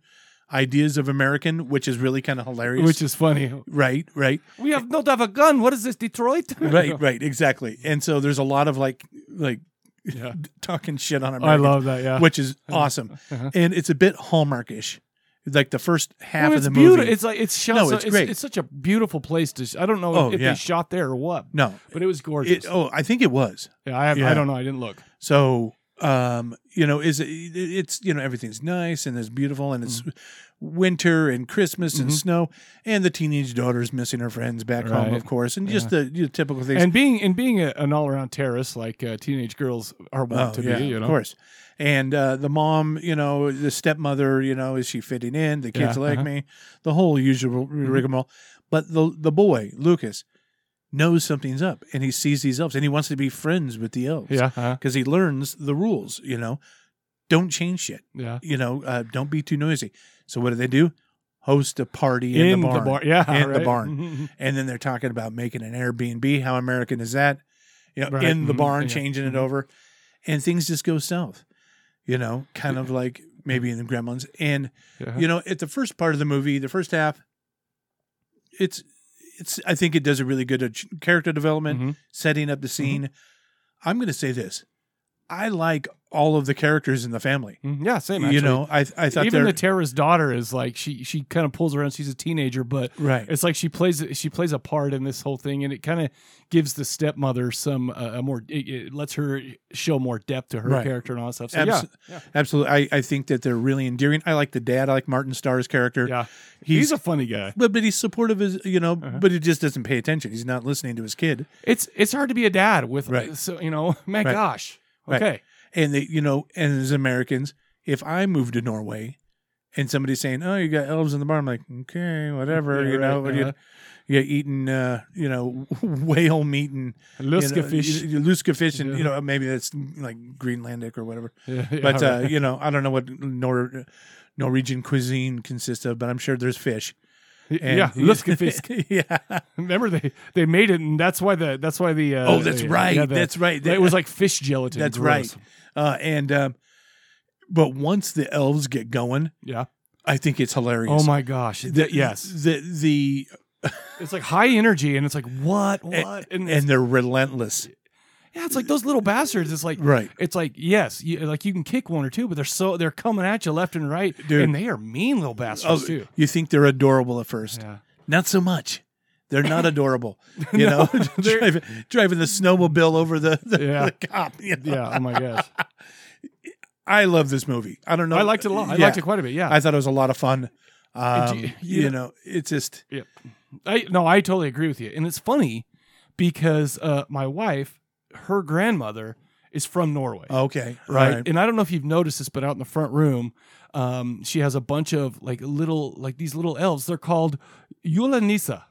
ideas of American, which is really kind of hilarious. Which is funny. right? Right? We have not have a gun. What is this, Detroit? Right? Right? Exactly. And so there's a lot of like like Yeah. talking shit on America. I love that, yeah. which is awesome, Uh-huh. and it's a bit Hallmarkish. Like the first half Well, of it's the beautiful. movie, It's like it's shot. No, so- it's great. It's such a beautiful place to. sh- I don't know Oh, if, if yeah. they shot there or what. No. but it was gorgeous. It, oh, I think it was. yeah, I have, yeah. I don't know. I didn't look. So, um, you know, is it, it's you know everything's nice and it's beautiful and Mm-hmm. it's winter and Christmas and Mhm. snow and the teenage daughter's missing her friends back home, Right. of course, and just Yeah. the you know, typical things. And being and being a, an all around terrorist like uh, teenage girls are wont to be. You know? Oh, of course. And uh, the mom, you know, the stepmother, you know, is she fitting in? The kids Yeah, like uh-huh. Mm-hmm. me, the whole usual rigmarole. But the the boy Lucas knows something's up, and he sees these elves, and he wants to be friends with the elves. Yeah, uh-huh. because he learns the rules. You know, don't change shit. Yeah. you know, uh, don't be too noisy. So what do they do? Host a party in, In the the barn. bar- yeah, in the right. barn, Mhm. and then they're talking about making an Airbnb. How American is that? You know, Right. in the Mhm. barn, Yeah. changing it over, and things just go south. You know, kind of like maybe in the Gremlins, and Yeah. you know, at the first part of the movie, the first half, it's it's I think it does a really good uh, ch- character development, Mm-hmm. setting up the scene. I'm going to say this: I like all of the characters in the family. Mm-hmm. Yeah, same. You actually. know, I I thought even they're- the Tara's daughter is like she she kind of pulls around. She's a teenager, but Right. it's like she plays she plays a part in this whole thing, and it kind of gives the stepmother some uh, a more it, it lets her show more depth to her Right. character and all that stuff. So, Abs- yeah. absolutely. I, I think that they're really endearing. I like the dad. I like Martin Starr's character. Yeah, He's a funny guy, but but he's supportive as you know. Uh-huh. But he just doesn't pay attention. He's not listening to his kid. It's it's hard to be a dad with Right. so you know my Right. gosh Right. okay And they, you know, and as Americans, if I move to Norway, and somebody's saying, "Oh, you got elves in the bar," I'm like, "Okay, whatever." Yeah, you know, right, what do you, uh-huh. you eating, uh, you know, whale meat and you know, Luskefish. you- you Luskefish, and you Yeah. know, maybe that's like Greenlandic or whatever. Yeah, yeah, but uh, right. you know, I don't know what Nor- Norwegian cuisine consists of, but I'm sure there's fish. yeah Uh, Luskefisk. yeah remember they they made it and that's why the that's why the uh, Oh, that's the- right. yeah, the- that's right. it was like fish gelatin That's Gross. right. Uh, and um, but once the elves get going, yeah I think it's hilarious. Oh my gosh. Th- yes. The the it's like high energy and it's like what what and, it's- they're relentless. Yeah, it's like those little bastards. It's like Right. It's like yes, you, like you can kick one or two, but they're so they're coming at you left and right, Dude. and they are mean little bastards Oh, too. You think they're adorable at first? Yeah. Not so much. They're not adorable. You No, know, they're- driving, driving the snowmobile over the, the, Yeah. the cop. you know? Yeah. Oh my gosh. I love this movie. I don't know. I liked it a lot. I Yeah. liked it quite a bit. Yeah. I thought it was a lot of fun. Um, And do you, you- you know- know, it's just Yep. I no, I totally agree with you. And it's funny because uh, my wife, her grandmother is from Norway. okay, right? all Oh, right. And I don't know if you've noticed this, but out in the front room, um, she has a bunch of like little, like these little elves. They're called Yula Nissa.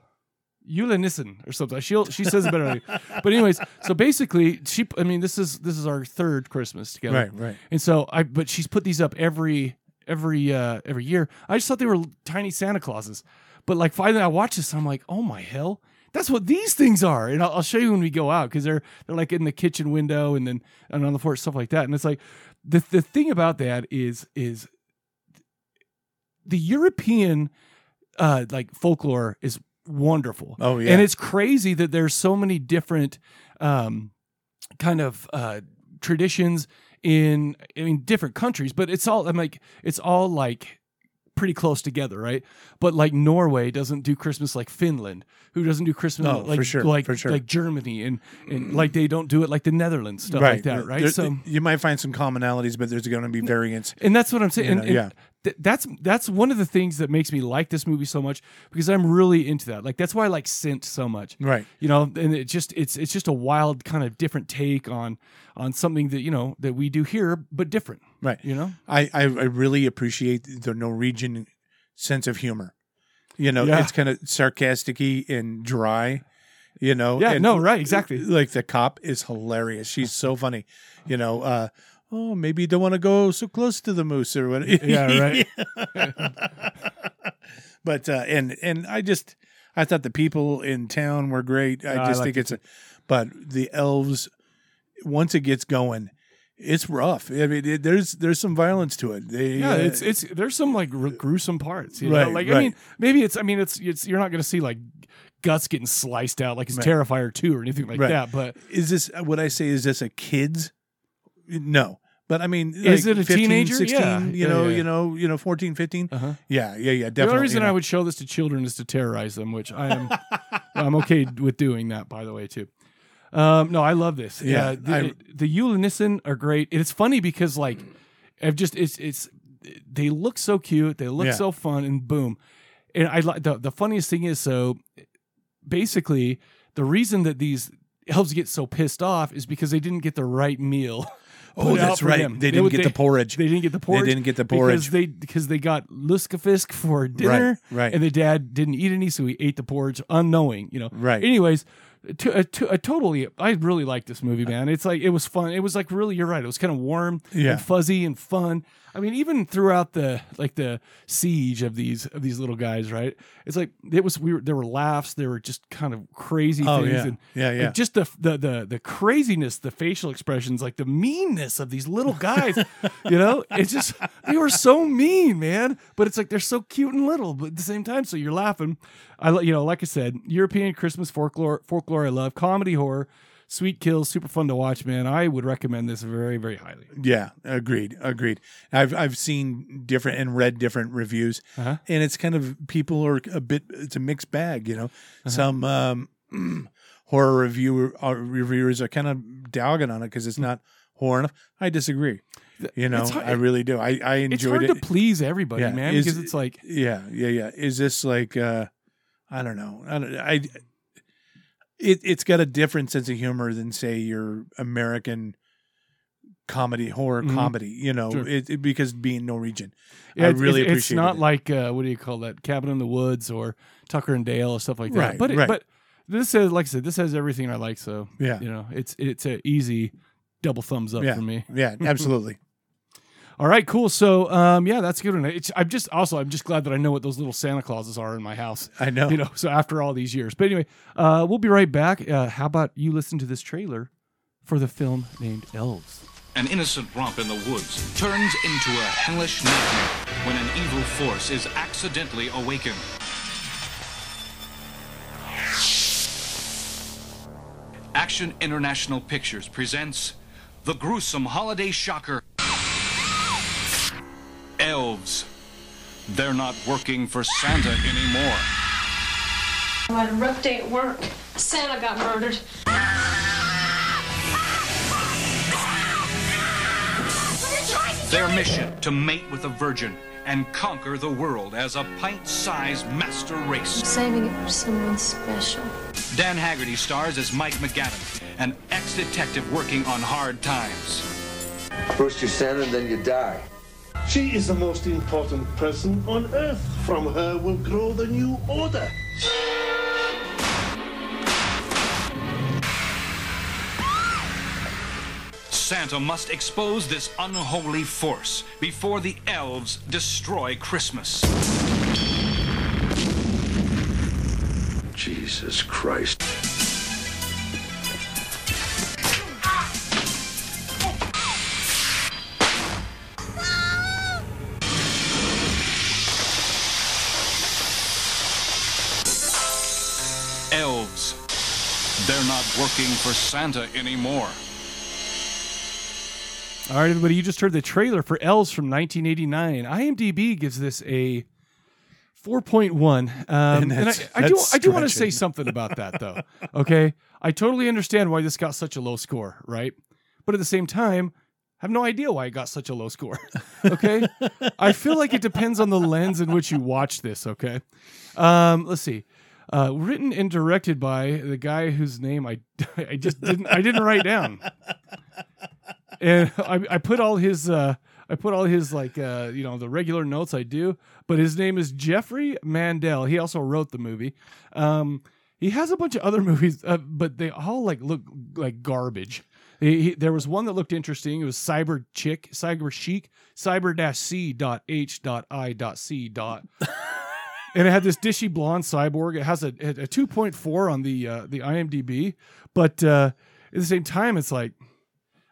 Yula Nissen or something. She'll she says it better than me. But anyways, so basically she I mean this is this is our third Christmas together. Right, right. And so I but she's put these up every every uh every year. I just thought they were tiny Santa Clauses. But like finally I watched this and I'm like, "Oh my hell. That's what these things are." And I'll, I'll show you when we go out cuz they're they're like in the kitchen window and then and on the floor stuff like that. And it's like the the thing about that is is the European uh like folklore is wonderful. Oh, yeah. And it's crazy that there's so many different um kind of uh traditions in I mean different countries, but it's all I'm like it's all like pretty close together, right? But like Norway doesn't do Christmas like Finland, who doesn't do Christmas No, like for sure, like for sure. like Germany and and like they don't do it like the Netherlands stuff like that, right? There- so you might find some commonalities, but there's going to be variants. and that's what I'm saying. You And- know, and yeah. th- that's that's one of the things that makes me like this movie so much because I'm really into that. Like that's why I like Scent so much. Right. You know, and it just it's it's just a wild kind of different take on on something that you know that we do here but different. Right. You know. I, I I really appreciate the Norwegian sense of humor. You know, Yeah. it's kind of sarcasticy and dry. You know, Yeah, and no, right, exactly. Like the cop is hilarious. She's so funny. You know, uh, oh, maybe you don't want to go so close to the moose or whatever. Yeah, right. but uh, and and I just I thought the people in town were great. I Yeah, I just liked think it's, a, but the elves once it gets going, it's rough. I mean, it, there's there's some violence to it. They, Yeah, uh, it's it's there's some like gr- gruesome parts, you know. Right, Like I right. mean, maybe it's I mean it's it's you're not going to see like guts getting sliced out like it's Right. Terrifier 2 or anything like Right. that, but is this what I say? Is this a kids? No, but I mean, Is like it a 15, teenager? 16, Yeah. you Yeah, know, yeah. you know, you know, 14, 15? Uh-huh. Yeah, yeah, yeah, definitely. the only reason you know. I would show this to children is to terrorize them, which I am I'm okay with doing that by the way too. Um, no, I love this. Yeah, Uh, the, I- it- the Yule and Nissen are great. It's funny because like I've just it's it's they look so cute, they look Yeah. so fun, and boom. And I like the the funniest thing is so basically the reason that these elves get so pissed off is because they didn't get the right meal. Oh, put out that's for right. them. They didn't would- get the porridge. They didn't get the They porridge. didn't get the because porridge. they because they got luskafisk for dinner, right. And the dad didn't eat any, so he ate the porridge unknowing, you know. Right. Anyways, to, a, to, a totally, I really like this movie, man. It's like it was fun. It was like really, you're right. It was kind of warm, Yeah. and fuzzy, and fun. I mean, even throughout the like the siege of these of these little guys, right? It's like it was. We were there were laughs. There were just kind of crazy Oh, things. yeah. And, Yeah, and yeah. just the, the the the craziness, the facial expressions, like the meanness of these little guys. you know, it's just they were so mean, man. But it's like they're so cute and little, but at the same time, so you're laughing. I li- you know, like I said, European Christmas folklore folklore I love. Comedy horror, sweet kills, super fun to watch, man. I would recommend this very, very highly. Yeah, agreed, agreed. I've I've seen different and read different reviews, Uh-huh. and it's kind of people are a bit. It's a mixed bag, you know. Uh-huh. Some um, horror reviewer uh, reviewers are kind of dogging on it because it's not horror enough. I disagree. You know, Hmm. it's hard- I really do. I I enjoyed it's hard it. to please everybody, Yeah, man, is- because it's like yeah, yeah, yeah. Is this like uh I don't know. I don't I it it's got a different sense of humor than say your American comedy horror Mhm. comedy, you know, Sure. it, it- because being Norwegian. Yeah, I it's- really it's, appreciate it's not it. like uh, what do you call that? Cabin in the Woods or Tucker and Dale or stuff like that. Right, but it, right. but this has like I said, this has everything I like. So Yeah. you know, it's it's an easy double thumbs up yeah, for me. Yeah, absolutely. All right, cool. So um, yeah, that's a good. One. It's, I'm just also I'm just glad that I know what those little Santa Clauses are in my house. I know. you know. So after all these years, but anyway, uh, we'll be right back. Uh, how about you listen to this trailer for the film named Elves? An innocent romp in the woods turns into a hellish nightmare when an evil force is accidentally awakened. Action International Pictures presents the gruesome holiday shocker Elves. They're not working for Santa anymore. I had a rough day at work. Santa got murdered. Their mission to mate with a virgin and conquer the world as a pint sized master race. Saving it for someone special. Dan Haggerty stars as Mike McGavin, an ex detective working on hard times. First you send and then you die. She is the most important person on Earth. From her will grow the new order. Santa must expose this unholy force before the elves destroy Christmas. Jesus Christ. Elves. They're not working for Santa anymore. All right, everybody, you just heard the trailer for Elves from 1989. IMDb gives this a 4.1. Um, And and I, that's- I do, that's I do want to say stretching. something about that, though. Okay, I totally understand why this got such a low score, right? But at the same time, I have no idea why it got such a low score. Okay, I feel like it depends on the lens in which you watch this. Okay, um, let's see. Uh, written and directed by the guy whose name I, I just didn't I didn't write down and I, I put all his uh, I put all his like uh, you know the regular notes I do, but his name is Jeffrey Mandel. He also wrote the movie. Um, he has a bunch of other movies, uh, but they all like look like garbage. He, he, there was one that looked interesting. It was Cyber Chick, Cyber Chic, Cyber Dash C dot H dot I dot C dot. And it had this dishy blonde cyborg. It has a, a 2.4 on the uh, the IMDb, but uh, at the same time, it's like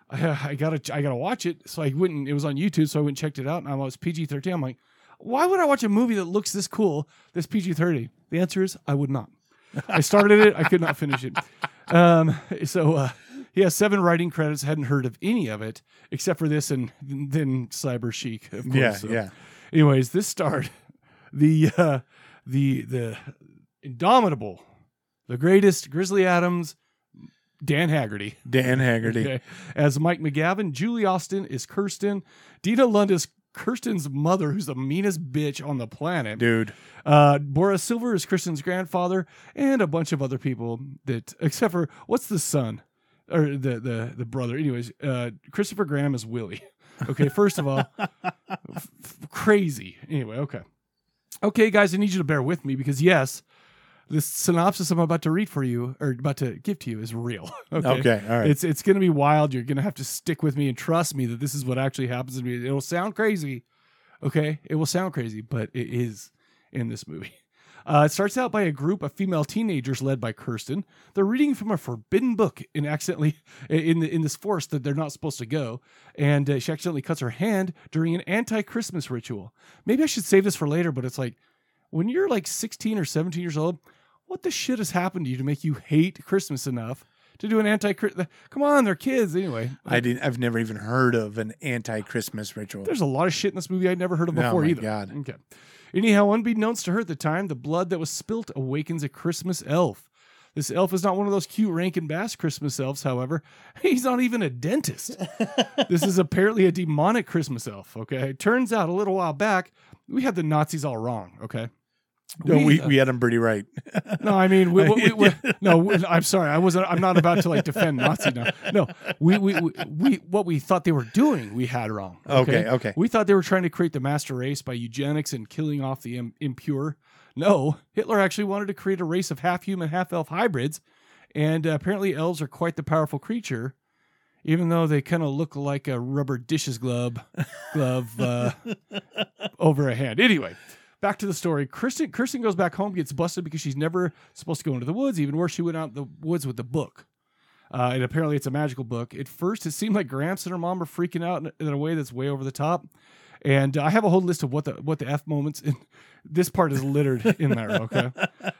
I, I gotta I gotta watch it. So I went and it was on YouTube, so I went and checked it out, and I was PG thirteen. I'm like, why would I watch a movie that looks this cool, this PG thirty? The answer is I would not. I started it, I could not finish it. Um, so uh, he has seven writing credits. Hadn't heard of any of it except for this and then Cyber Chic. Of course. Yeah, So yeah. Anyways, this starred the uh, the the indomitable, the greatest Grizzly Adams, Dan Haggerty. Dan Haggerty. As Mike McGavin, Julie Austin is Kirsten. Dina Lund is Kirsten's mother, who's the meanest bitch on the planet. Dude. Uh, Boris Silver is Kirsten's grandfather, and a bunch of other people that, except for what's the son or the the the brother. Anyways, uh, Christopher Graham is Willie. Okay, first of all, f- f- crazy. Anyway, okay, okay, guys, I need you to bear with me because yes. This synopsis I'm about to read for you, or about to give to you, is real. Okay, all right. It's it's going to be wild. You're going to have to stick with me and trust me that this is what actually happens to me. It'll sound crazy, okay? It will sound crazy, but it is in this movie. Uh, it starts out by a group of female teenagers led by Kirsten. They're reading from a forbidden book and accidentally in the, in this forest that they're not supposed to go. And uh, she accidentally cuts her hand during an anti-Christmas ritual. Maybe I should save this for later, but it's like when you're like 16 or 17 years old, what the shit has happened to you to make you hate Christmas enough to do an anti Christmas? Come on, they're kids anyway. I didn't. I've never even heard of an anti-Christmas ritual. There's a lot of shit in this movie I'd never heard of Oh before my either. God. Okay. Anyhow, unbeknownst to her at the time, the blood that was spilt awakens a Christmas elf. This elf is not one of those cute Rankin Bass Christmas elves, however. He's not even a dentist. this is apparently a demonic Christmas elf, okay? Turns out a little while back, we had the Nazis all wrong, okay? No, we, uh, we had them pretty right. no, I mean, we, we, we, we- no, we- I'm sorry. I wasn't, I'm not about to like defend Nazi now. No, we, we, we, we, what we thought they were doing, we had wrong. Okay, okay. We thought they were trying to create the master race by eugenics and killing off the im- impure. No, Hitler actually wanted to create a race of half human, half elf hybrids. And uh, apparently, elves are quite the powerful creature, even though they kind of look like a rubber dishes glove, glove uh, over a hand. Anyway, back to the story. Kirsten, Kirsten goes back home, gets busted because she's never supposed to go into the woods, even worse, she went out in the woods with the book. Uh, and apparently, it's a magical book. At first, it seemed like Gramps and her mom are freaking out in, in a way that's way over the top. And uh, I have a whole list of what the what the f moments in this part is littered in there. Okay,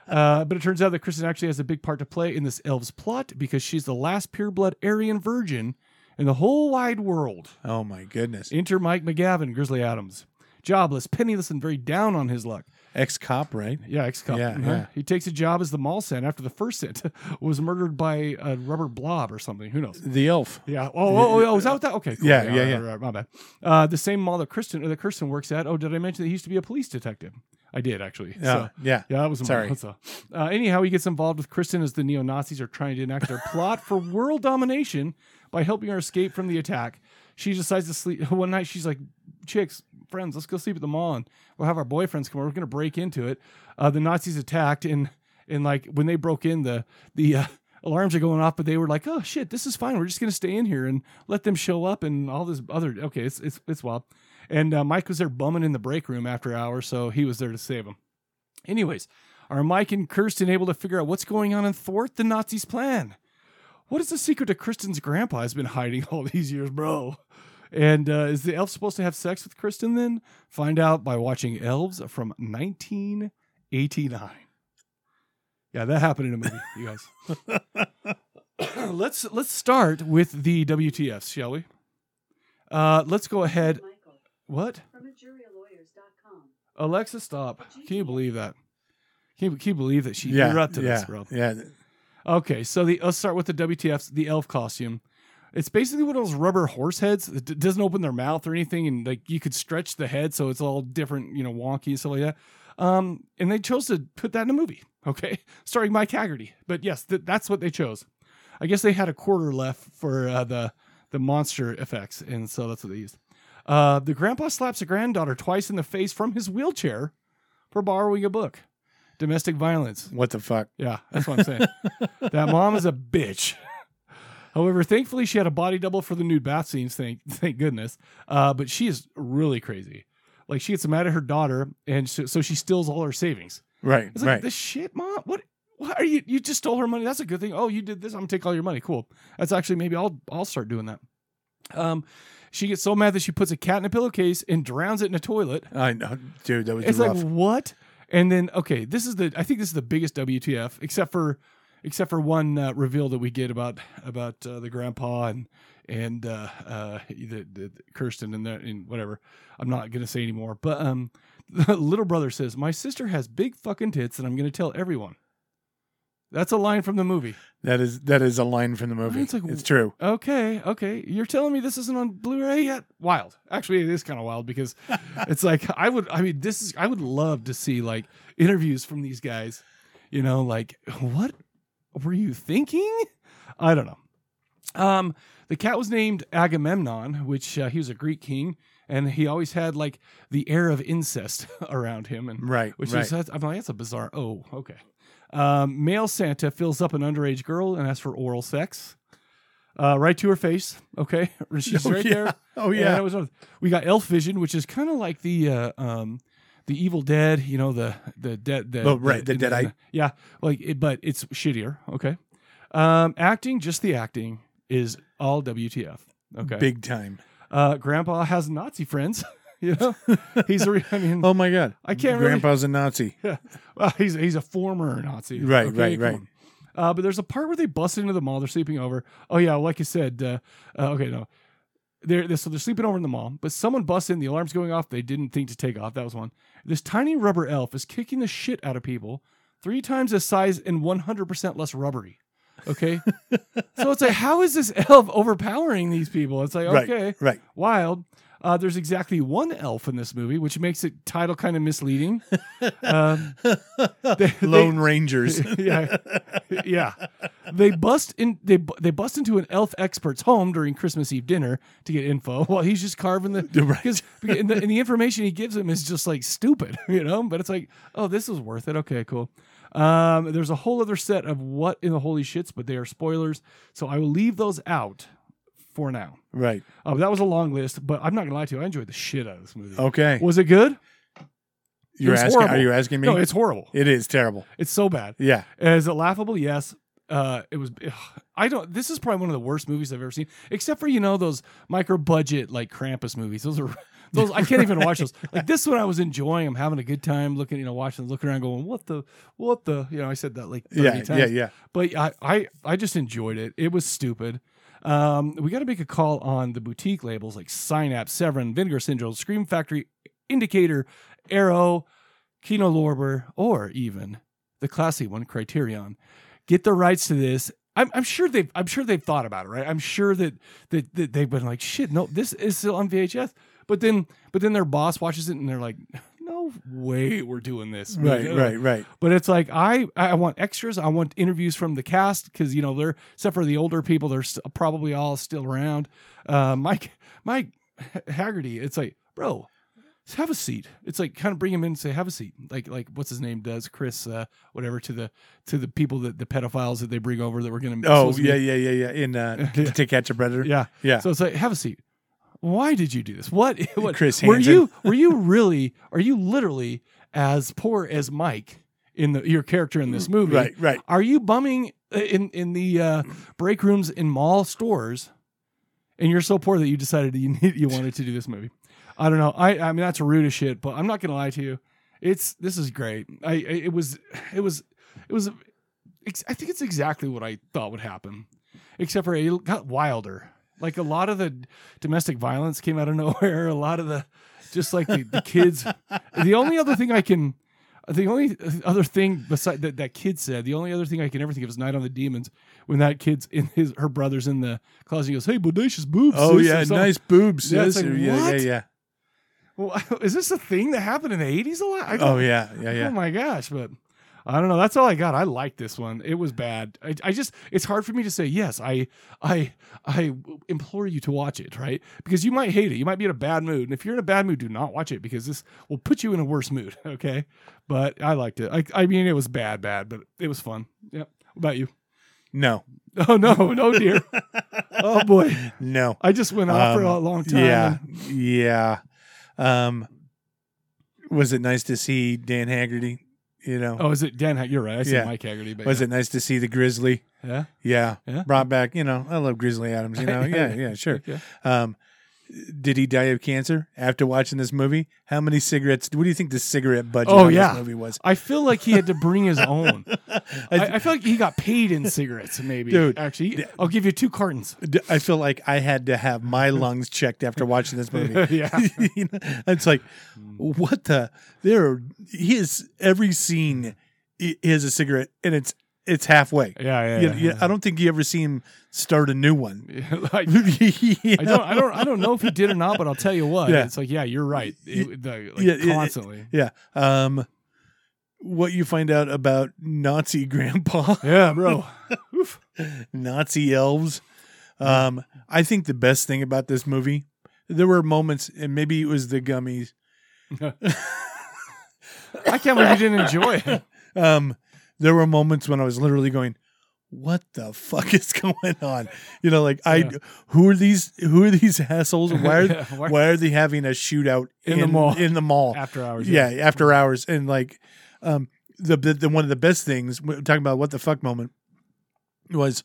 uh, but it turns out that Kristen actually has a big part to play in this elves plot because she's the last pureblood Aryan virgin in the whole wide world. Oh my goodness! Enter Mike McGavin, Grizzly Adams, jobless, penniless, and very down on his luck. Ex cop, right? Yeah, ex cop. Uh-huh. Yeah, yeah. He takes a job as the mall scent after the first scent was murdered by a rubber blob or something. Who knows? The elf. Yeah. Oh, oh, oh, oh, is that what that? Okay. Yeah, All yeah, right, yeah. all right, my bad. Uh, the same mall that Kristen or that Kirsten works at. Oh, did I mention that he used to be a police detective? I did actually. Yeah, yeah. Yeah, that was a mall. Sorry. So, uh, anyhow, he gets involved with Kristen as the neo Nazis are trying to enact their plot for world domination by helping her escape from the attack. She decides to sleep one night. She's like, "Chicks, friends, let's go sleep at the mall, and we'll have our boyfriends come over. We're gonna break into it." Uh, the Nazis attacked, and and like when they broke in, the the uh, alarms are going off, but they were like, "Oh shit, this is fine. We're just gonna stay in here and let them show up and all this other." Okay, it's it's it's wild. And uh, Mike was there bumming in the break room after hours, so he was there to save him. Anyways, are Mike and Kirsten able to figure out what's going on and thwart the Nazis' plan? What is the secret to Kristen's grandpa has been hiding all these years, bro? And uh, is the elf supposed to have sex with Kristen then? Find out by watching Elves from 1989. Yeah, that happened in a movie, you guys. let's let's start with the WTFs, shall we? Uh, let's go ahead. What? Alexa, stop. Can you believe that? Can you, can you believe that she Yeah, interrupted us, yeah, bro? yeah. Okay, so the let's start with the WTFs, the elf costume. It's basically one of those rubber horse heads. It d- doesn't open their mouth or anything, and like you could stretch the head, so it's all different, you know, wonky and stuff like that. Um, and they chose to put that in a movie, okay, starring Mike Haggerty. But yes, th- that's what they chose. I guess they had a quarter left for uh, the the monster effects, and so that's what they used. Uh, the grandpa slaps a granddaughter twice in the face from his wheelchair for borrowing a book. Domestic violence. What the fuck? Yeah, that's what I'm saying. that mom is a bitch. However, thankfully, she had a body double for the nude bath scenes. Thank, thank goodness. Uh, but she is really crazy. Like she gets mad at her daughter, and so, so she steals all her savings. Right, It's like right. the shit, mom. What? Why are you? You just stole her money. That's a good thing. Oh, you did this. I'm gonna take all your money. Cool. That's actually maybe I'll I'll start doing that. Um, she gets so mad that she puts a cat in a pillowcase and drowns it in a toilet. I know, dude. That was It's rough. like what? And then okay, this is the I think this is the biggest WTF except for except for one uh, reveal that we get about about uh, the grandpa and and uh, uh, the, the, Kirsten and the, and whatever. I'm not gonna say anymore. But um, the little brother says my sister has big fucking tits and I'm gonna tell everyone. That's a line from the movie. that is that is a line from the movie. It's, like, true. Okay, okay. You're telling me this isn't on Blu-ray yet? Wild. Actually, it is kind of wild because it's like I would I mean this is I would love to see like interviews from these guys, you know, like what were you thinking? I don't know. Um, the cat was named Agamemnon, which uh, he was a Greek king, and he always had like the air of incest around him, and Right, which right. is that's, I'm like that's a bizarre. Oh, okay. Um, male Santa fills up an underage girl and asks for oral sex, uh, right to her face. Okay, she's Oh, right yeah. there. Oh, And yeah. it was- we got Elf Vision, which is kind of like the uh, um, the Evil Dead. You know the the dead. The, Oh, right, the and- and- Deadite. Yeah, like it, but it's shittier. Okay, um, acting, just the acting is all WTF. Okay, Big time. Uh, Grandpa has Nazi friends. You know, he's. Re- I mean, oh my god, I can't. Grandpa's really, a Nazi. Yeah, well, he's he's a former Nazi. Right, right, come right. on. Uh, but there's a part where they bust into the mall. They're sleeping over. Oh yeah, like you said. Uh, uh, okay, no. They're, they're so they're sleeping over in the mall, but someone busts in. The alarm's going off. They didn't think to take off. That was one. This tiny rubber elf is kicking the shit out of people, three times his size and 100 percent less rubbery. Okay, so it's like how is this elf overpowering these people? It's like Right, okay, right. wild. Uh, there's exactly one elf in this movie, which makes it title kind of misleading. Um, they- Lone Rangers. yeah, yeah. They bust in. They bu- they bust into an elf expert's home during Christmas Eve dinner to get info. While he's just carving the because and the, and the information he gives him is just like stupid, you know. But it's like, oh, this is worth it. Okay, cool. Um, there's a whole other set of what in the holy shits, but they are spoilers, so I will leave those out for now. Right. Uh, that was a long list, but I'm not gonna lie to you. I enjoyed the shit out of this movie. Okay. was it good? You're It's asking? horrible. Are you asking me? No, it's horrible. It is terrible. It's so bad. Yeah. Is it laughable? Yes. Uh, it was. ugh. I don't. This is probably one of the worst movies I've ever seen, except for you know those micro budget like Krampus movies. Those are those. I can't even watch those. Like this one, I was enjoying. I'm having a good time looking. You know, watching, looking around, going, "What the? What the?" You know, I said that like 30 Yeah, yeah, times. yeah. But I, I, I just enjoyed it. It was stupid. Um, we got to make a call on the boutique labels like Synapse, Severin, Vinegar Syndrome, Scream Factory, Indicator, Arrow, Kino Lorber, or even the classy one, Criterion. Get the rights to this. I'm, I'm sure they've I'm sure they've thought about it, right? I'm sure that, that that they've been like, shit, no, this is still on VHS. But then but then their boss watches it and they're like, no way we're doing this. Right, right, right. But it's like I I want extras. I want interviews from the cast because you know they're except for the older people, they're st- probably all still around. Uh, Mike Mike Haggerty. It's like bro, just have a seat. It's like kind of bring him in and say have a seat. Like like what's his name does Chris uh, whatever to the to the people that the pedophiles that they bring over that we're gonna Oh supposed to yeah, be- yeah, yeah, yeah. In uh, t- to catch a predator. Yeah. yeah. So it's like, have a seat. Why did you do this? What? what Chris were Hansen. you? Were you really? Are you literally as poor as Mike in the your character in this movie? Right, right. Are you bumming uh, in in the uh, break rooms in mall stores? And you're so poor that you decided you need, you wanted to do this movie. I don't know. I I mean that's rude as shit, but I'm not gonna lie to you. It's this is great. I I- it was it was it was ex- I think it's exactly what I thought would happen, except for it got wilder. Like a lot of the domestic violence came out of nowhere. A lot of the just like the, the kids. the only other thing I can, the only other thing beside that that kid said, the only other thing I can ever think of is Night on the Demons when that kid's in his her brother's in the closet. He goes, "Hey, bodacious boobs." Oh sis," or yeah, something. nice boobs. Yeah, it's sis. like, yeah, yeah, what? yeah. Well, is this a thing that happened in the eighties a lot? I Oh, yeah, yeah, yeah. Oh my gosh, but I don't know. That's all I got. I like this one. It was bad. I, I just it's hard for me to say yes. I I I implore you to watch it, right? Because you might hate it. You might be in a bad mood, and if you're in a bad mood, do not watch it because this will put you in a worse mood. Okay, but I liked it. I I mean, it was bad, bad, but it was fun. Yep. What about you? No. Oh no, no dear. oh boy. No. I just went off for a Um, long time. Yeah. Yeah. Um was it nice to see Dan Haggerty? You know. Oh, is it Dan? Hag- You're right. I said Mike Haggerty, but was yeah. it nice to see the Grizzly? Yeah. Yeah. Yeah. Brought back, you know, I love Grizzly Adams, you know. Yeah, yeah, sure. Yeah. Um did he die of cancer after watching this movie? How many cigarettes? What do you think the cigarette budget Oh on yeah, this movie was? I feel like he had to bring his own. I, I feel like he got paid in cigarettes, maybe. Dude. actually, I'll give you two cartons. D- I feel like I had to have my lungs checked after watching this movie. Yeah. Hmm. You know, It's like, what the? There, are, he is every scene i- is a cigarette, and it's it's halfway. yeah, You- yeah, you- I don't think you ever see him start a new one. like, I don't, I don't, I don't know if he did or not, but I'll tell you what. Yeah. It's like, yeah, you're right. It, like, Yeah, it- it- constantly. Yeah. Um, what you find out about Nazi grandpa? Yeah, bro. Hmm. Nazi elves. Um, I think the best thing about this movie, there were moments, and maybe it was the gummies. I can't believe you didn't enjoy it. Um, there were moments when I was literally going, "What the fuck is going on?" You know, like I, Yeah. who are these? Who are these assholes? Why are Yeah, why- why are they having a shootout In the mall. In the mall After hours, Yeah, yeah. after hours, and like, um, the, the, the one of the best things we're talking about what the fuck moment was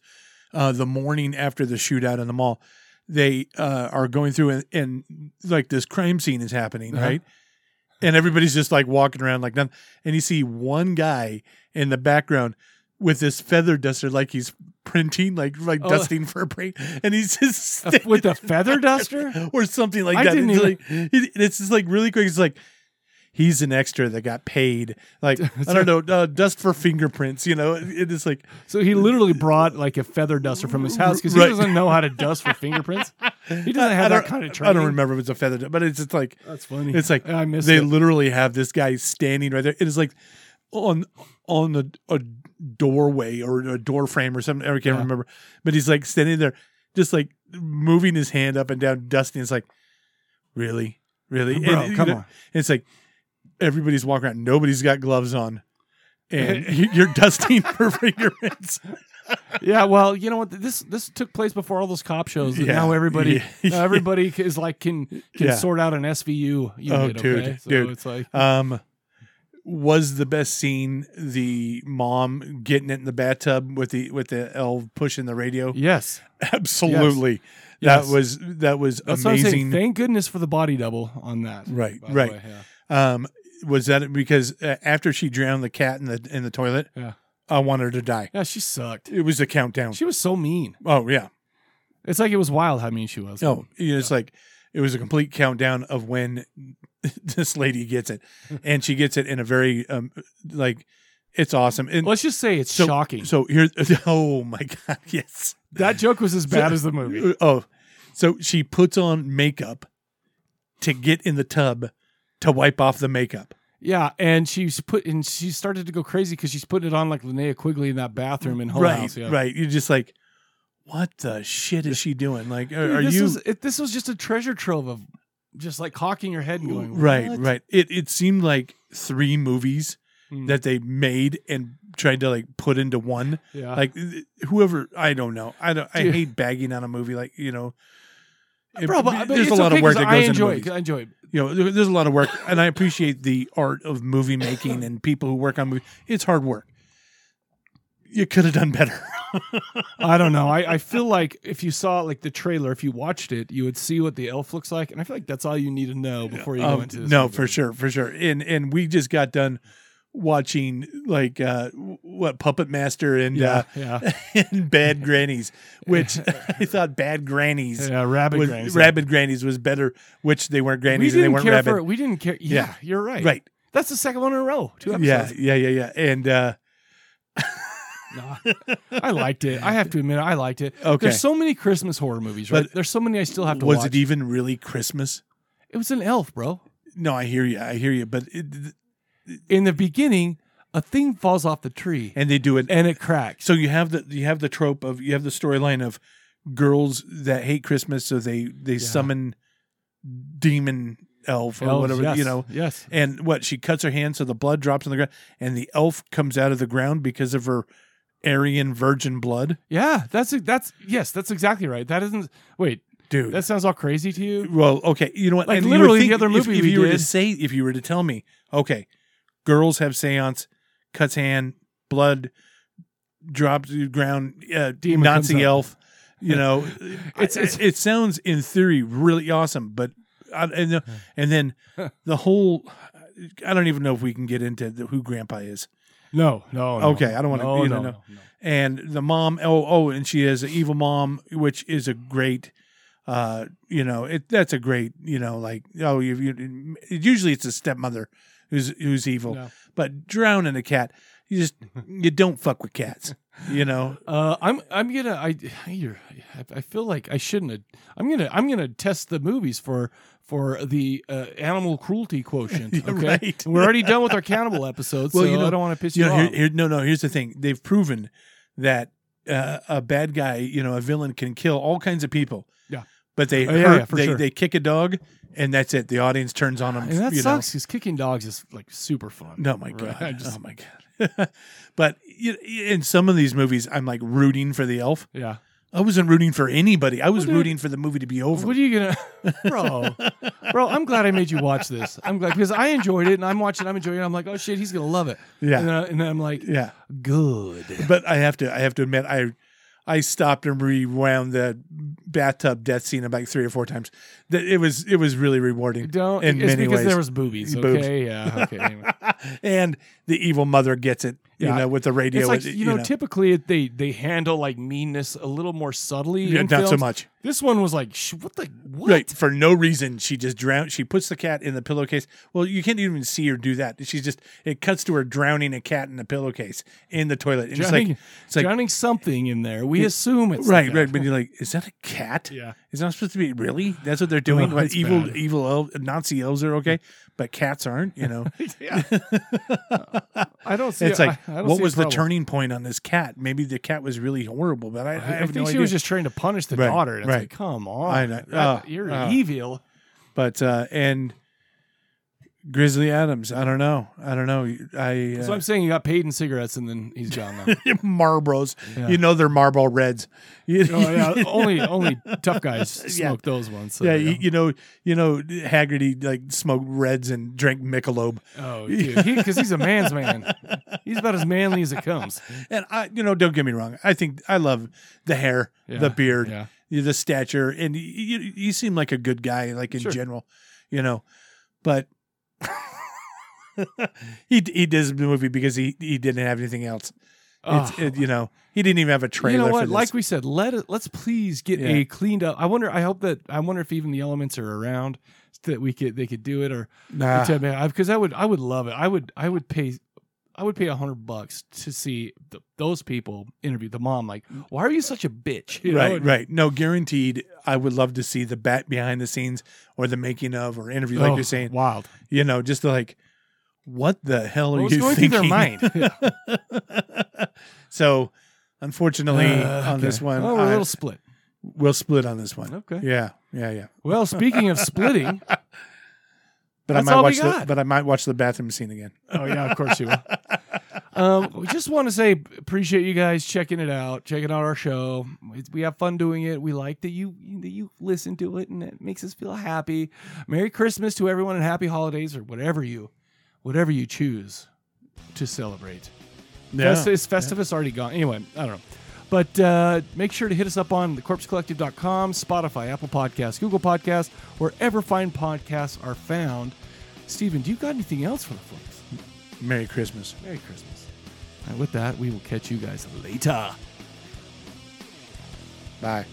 uh, the morning after the shootout in the mall. they uh, are going through and, and like this crime scene is happening, Uh-huh. right? And everybody's just like walking around like nothing. And you see one guy in the background with this feather duster, like he's printing, like like Oh. dusting for a brain, and he's just Uh, with the feather duster or something like I that. didn't it's even- like it- it's just like really quick. It's like he's an extra that got paid. Like I don't know, uh, dust for fingerprints. You know, it, it is like so he literally brought like a feather duster from his house because he Right. doesn't know how to dust for fingerprints. He doesn't have that kind of training. I don't remember if it's a feather, du- but it's just like That's funny. It's like I missed they it. literally have this guy standing right there. It is like on on a, a doorway or a door frame or something. I can't Yeah. remember, but he's like standing there, just like moving his hand up and down, dusting. It's like really, really, Bro, you come know, on. It's like everybody's walking around. Nobody's got gloves on. And you're dusting for fingerprints. yeah, well, you know what? This this took place before all those cop shows. and Yeah. Now everybody, Yeah. now everybody is like can can Yeah. sort out an SVU. Unit, oh, dude, okay? so dude. It's like um, was the best scene the mom getting it in the bathtub with the with the elf pushing the radio? Yes, absolutely. That Yes. was that was That's what I'm saying. amazing. Thank goodness for the body double on that. Right, by the right. way, yeah. Um, was that because uh, after she drowned the cat in the in the toilet? Yeah. I wanted her to die. Yeah, she sucked. It was the countdown. She was so mean. Oh yeah. It's like it was wild how mean she was. No, you know, it's like it was a complete countdown of when this lady gets it, and she gets it in a very um like it's awesome. And let's just say it's so, shocking. So here, oh my god, yes, that joke was as bad as the movie. Oh, so she puts on makeup to get in the tub to wipe off the makeup. Yeah, and she's put and she started to go crazy because she's putting it on like Linnea Quigley in that bathroom in Hull right, House. Yeah. right. You're just like, what the shit is she doing? Like, are, Dude, are this you Was, it, this was just a treasure trove of just like cocking your head and going Right, "What?" right. It it seemed like three movies Mm. that they made and tried to like put into one. Mm, Yeah. Like th- whoever I don't know. I don't I Uh-huh. Dude. hate bagging on a movie like, you know. it- Bro, but- but there's a it's lot okay of work 'cause that goes I into enjoy it, movies. 'cause I enjoy it. You know, there- there's a lot of work and I appreciate the art of movie making and people who work on movies. It's hard work. You could have done better. I don't know. I, I feel like if you saw like the trailer, if you watched it, you would see what the elf looks like, and I feel like that's all you need to know before you Um, go into this. no for sure for sure and and we just got done watching like uh what puppet master and Yeah, uh yeah. and bad grannies which i thought bad grannies Yeah, Rabid was, Grannies, yeah. rabid grannies was better which they weren't we grannies and they didn't weren't care rabid for it. We didn't care. Yeah, Yeah. you're right. Right. That's the second one in a row. Two yeah episodes. yeah yeah yeah and uh I liked it. I have to admit, I liked it. Okay. There's so many Christmas horror movies, right? But There's so many I still have to was watch. it even really christmas It was an elf, bro. no i hear you i hear you but it, in the beginning a thing falls off the tree and they do it and it cracks so you have the you have the trope of you have the storyline of girls that hate christmas so they they summon demon elf or Elves, whatever Oh, yes, you know yes. and what she cuts her hand so the blood drops on the ground and the elf comes out of the ground because of her aryan virgin blood Yeah, that's that's yes, that's exactly right. That isn't wait, Dude. That sounds all crazy to you. well okay you know what Like And you would literally the think other if- movie if, we you were to did. say if you were to tell me okay girls have seance cuts hand blood drops to the ground uh, Demon comes nazi up. elf you know It's- it's, it's- it sounds in theory really awesome but I, and, the- and then the whole i don't even know if we can get into the, who grandpa is No, no, no. okay i don't want to No, you know, no, no. and the mom oh oh and she has an evil mom which is a great uh you know it that's a great you know like oh you, you usually it's a stepmother who's who's evil Yeah. but drowning a cat you just you don't fuck with cats you know Uh, I'm I'm gonna I you're, I- I feel like I shouldn't have, I'm gonna I'm gonna test the movies for for the uh, animal cruelty quotient. Yeah, Okay, right. we're already done with our cannibal episode, so I don't want to piss you, know, off. here- here- no, no. Here's the thing: they've proven that uh, a bad guy, you know, a villain, can kill all kinds of people. Yeah. but they Oh, yeah, hurt- yeah, for they sure. they kick a dog, and that's it. The audience turns on them. and that you sucks because kicking dogs is like super fun. Know. No, my Right? god. I just- oh my god. but you, in some of these movies, I'm like rooting for the elf. Yeah. I wasn't rooting for anybody. I was dude, rooting for the movie to be over. What are you gonna, bro? Bro, I'm glad I made you watch this. I'm glad because I enjoyed it, and I'm watching. I'm enjoying. it. I'm like, oh shit, he's gonna love it. uh, Yeah. and, then I- and then I'm like, Yeah. good. But I have to I have to admit I I stopped and rewound the bathtub death scene about three or four times. That it was it was really rewarding. Don't- in it's many because ways. there was boobies, Boobs. okay? Yeah, okay, anyway. and the evil mother gets it. You Yeah. know, with the radio. It's like, with, you, know, typically it, they they handle like meanness a little more subtly. Yeah, in not so films. much. This one was like, "Sh- what the what? Right. For no reason, she just drowns. She puts the cat in the pillowcase. Well, you can't even see her do that. She's just, it cuts to her drowning a cat in the pillowcase in the toilet. And drowning, it's like, it's like, drowning something in there. We Yeah. assume it's the right, cat. right. But you're like, is that a cat? Yeah. It's not supposed to be, really? That's what they're doing? Oh, What, it's evil, bad. evil elf, Nazi elves are okay, but cats aren't, you know? Yeah. I don't see it's a- like, I- I don't what see a was the problem. turning point on this cat? Maybe the cat was really horrible, but I, I, I, have think no she idea. was just trying to punish the Right, daughter. And It's right. like, come on, I know. That- Oh, you're oh. evil. But uh, and Grizzly Adams, I don't know, I don't know. I That's uh, what I'm saying. He got paid in cigarettes and then he's gone now. Marlboros, Yeah. you know they're Marlboro Reds. You- Oh, yeah. Only- only tough guys smoke those ones, so, yeah, yeah. You, you know, you know Haggerty like smoked Reds and drank Michelob. Oh, dude, because he's a man's man. He's about as manly as it comes. And I, you know, don't get me wrong. I think I love the hair, Yeah, the beard, yeah. the stature, and you, you, you seem like a good guy, like in Sure. general, you know. But he he does the movie because he he didn't have anything else. It's, Oh. it- you know, he didn't even have a trailer. You know for what? this. Like we said, let it, let's please get Yeah. a cleaned up. I wonder. I hope that I wonder if even the elements are around so that we could they could do it or Nah. because I would I would love it. I would I would pay. I would pay a hundred bucks to see th those people interview the mom. Like, why are you such a bitch? You know, Mm. right, and- right. No, guaranteed. I would love to see the bat behind the scenes or the making of or interview, like Oh, you're saying. wild. You know, just like, what the hell are What was you going through thinking? their mind? so, unfortunately, Uh, on this okay. one, Oh, we're a I- little split. We'll split on this one. Okay. Yeah, yeah, yeah. Well, speaking of splitting, But that's I might all we watch the got. but I might watch the bathroom scene again. Oh yeah, of course you will. um, we just want to say appreciate you guys checking it out, checking out our show. It's, we have fun doing it. We like that you that you listen to it, and it makes us feel happy. Merry Christmas to everyone, and happy holidays, or whatever you, whatever you choose to celebrate. Yeah. Fest- is Festivus already gone? Anyway, I don't know. But uh, make sure to hit us up on thecorpsecollective.com, Spotify, Apple Podcasts, Google Podcasts, wherever fine podcasts are found. Steven, do you got anything else for the folks? Merry Christmas. Merry Christmas. And with that, we will catch you guys later. Bye.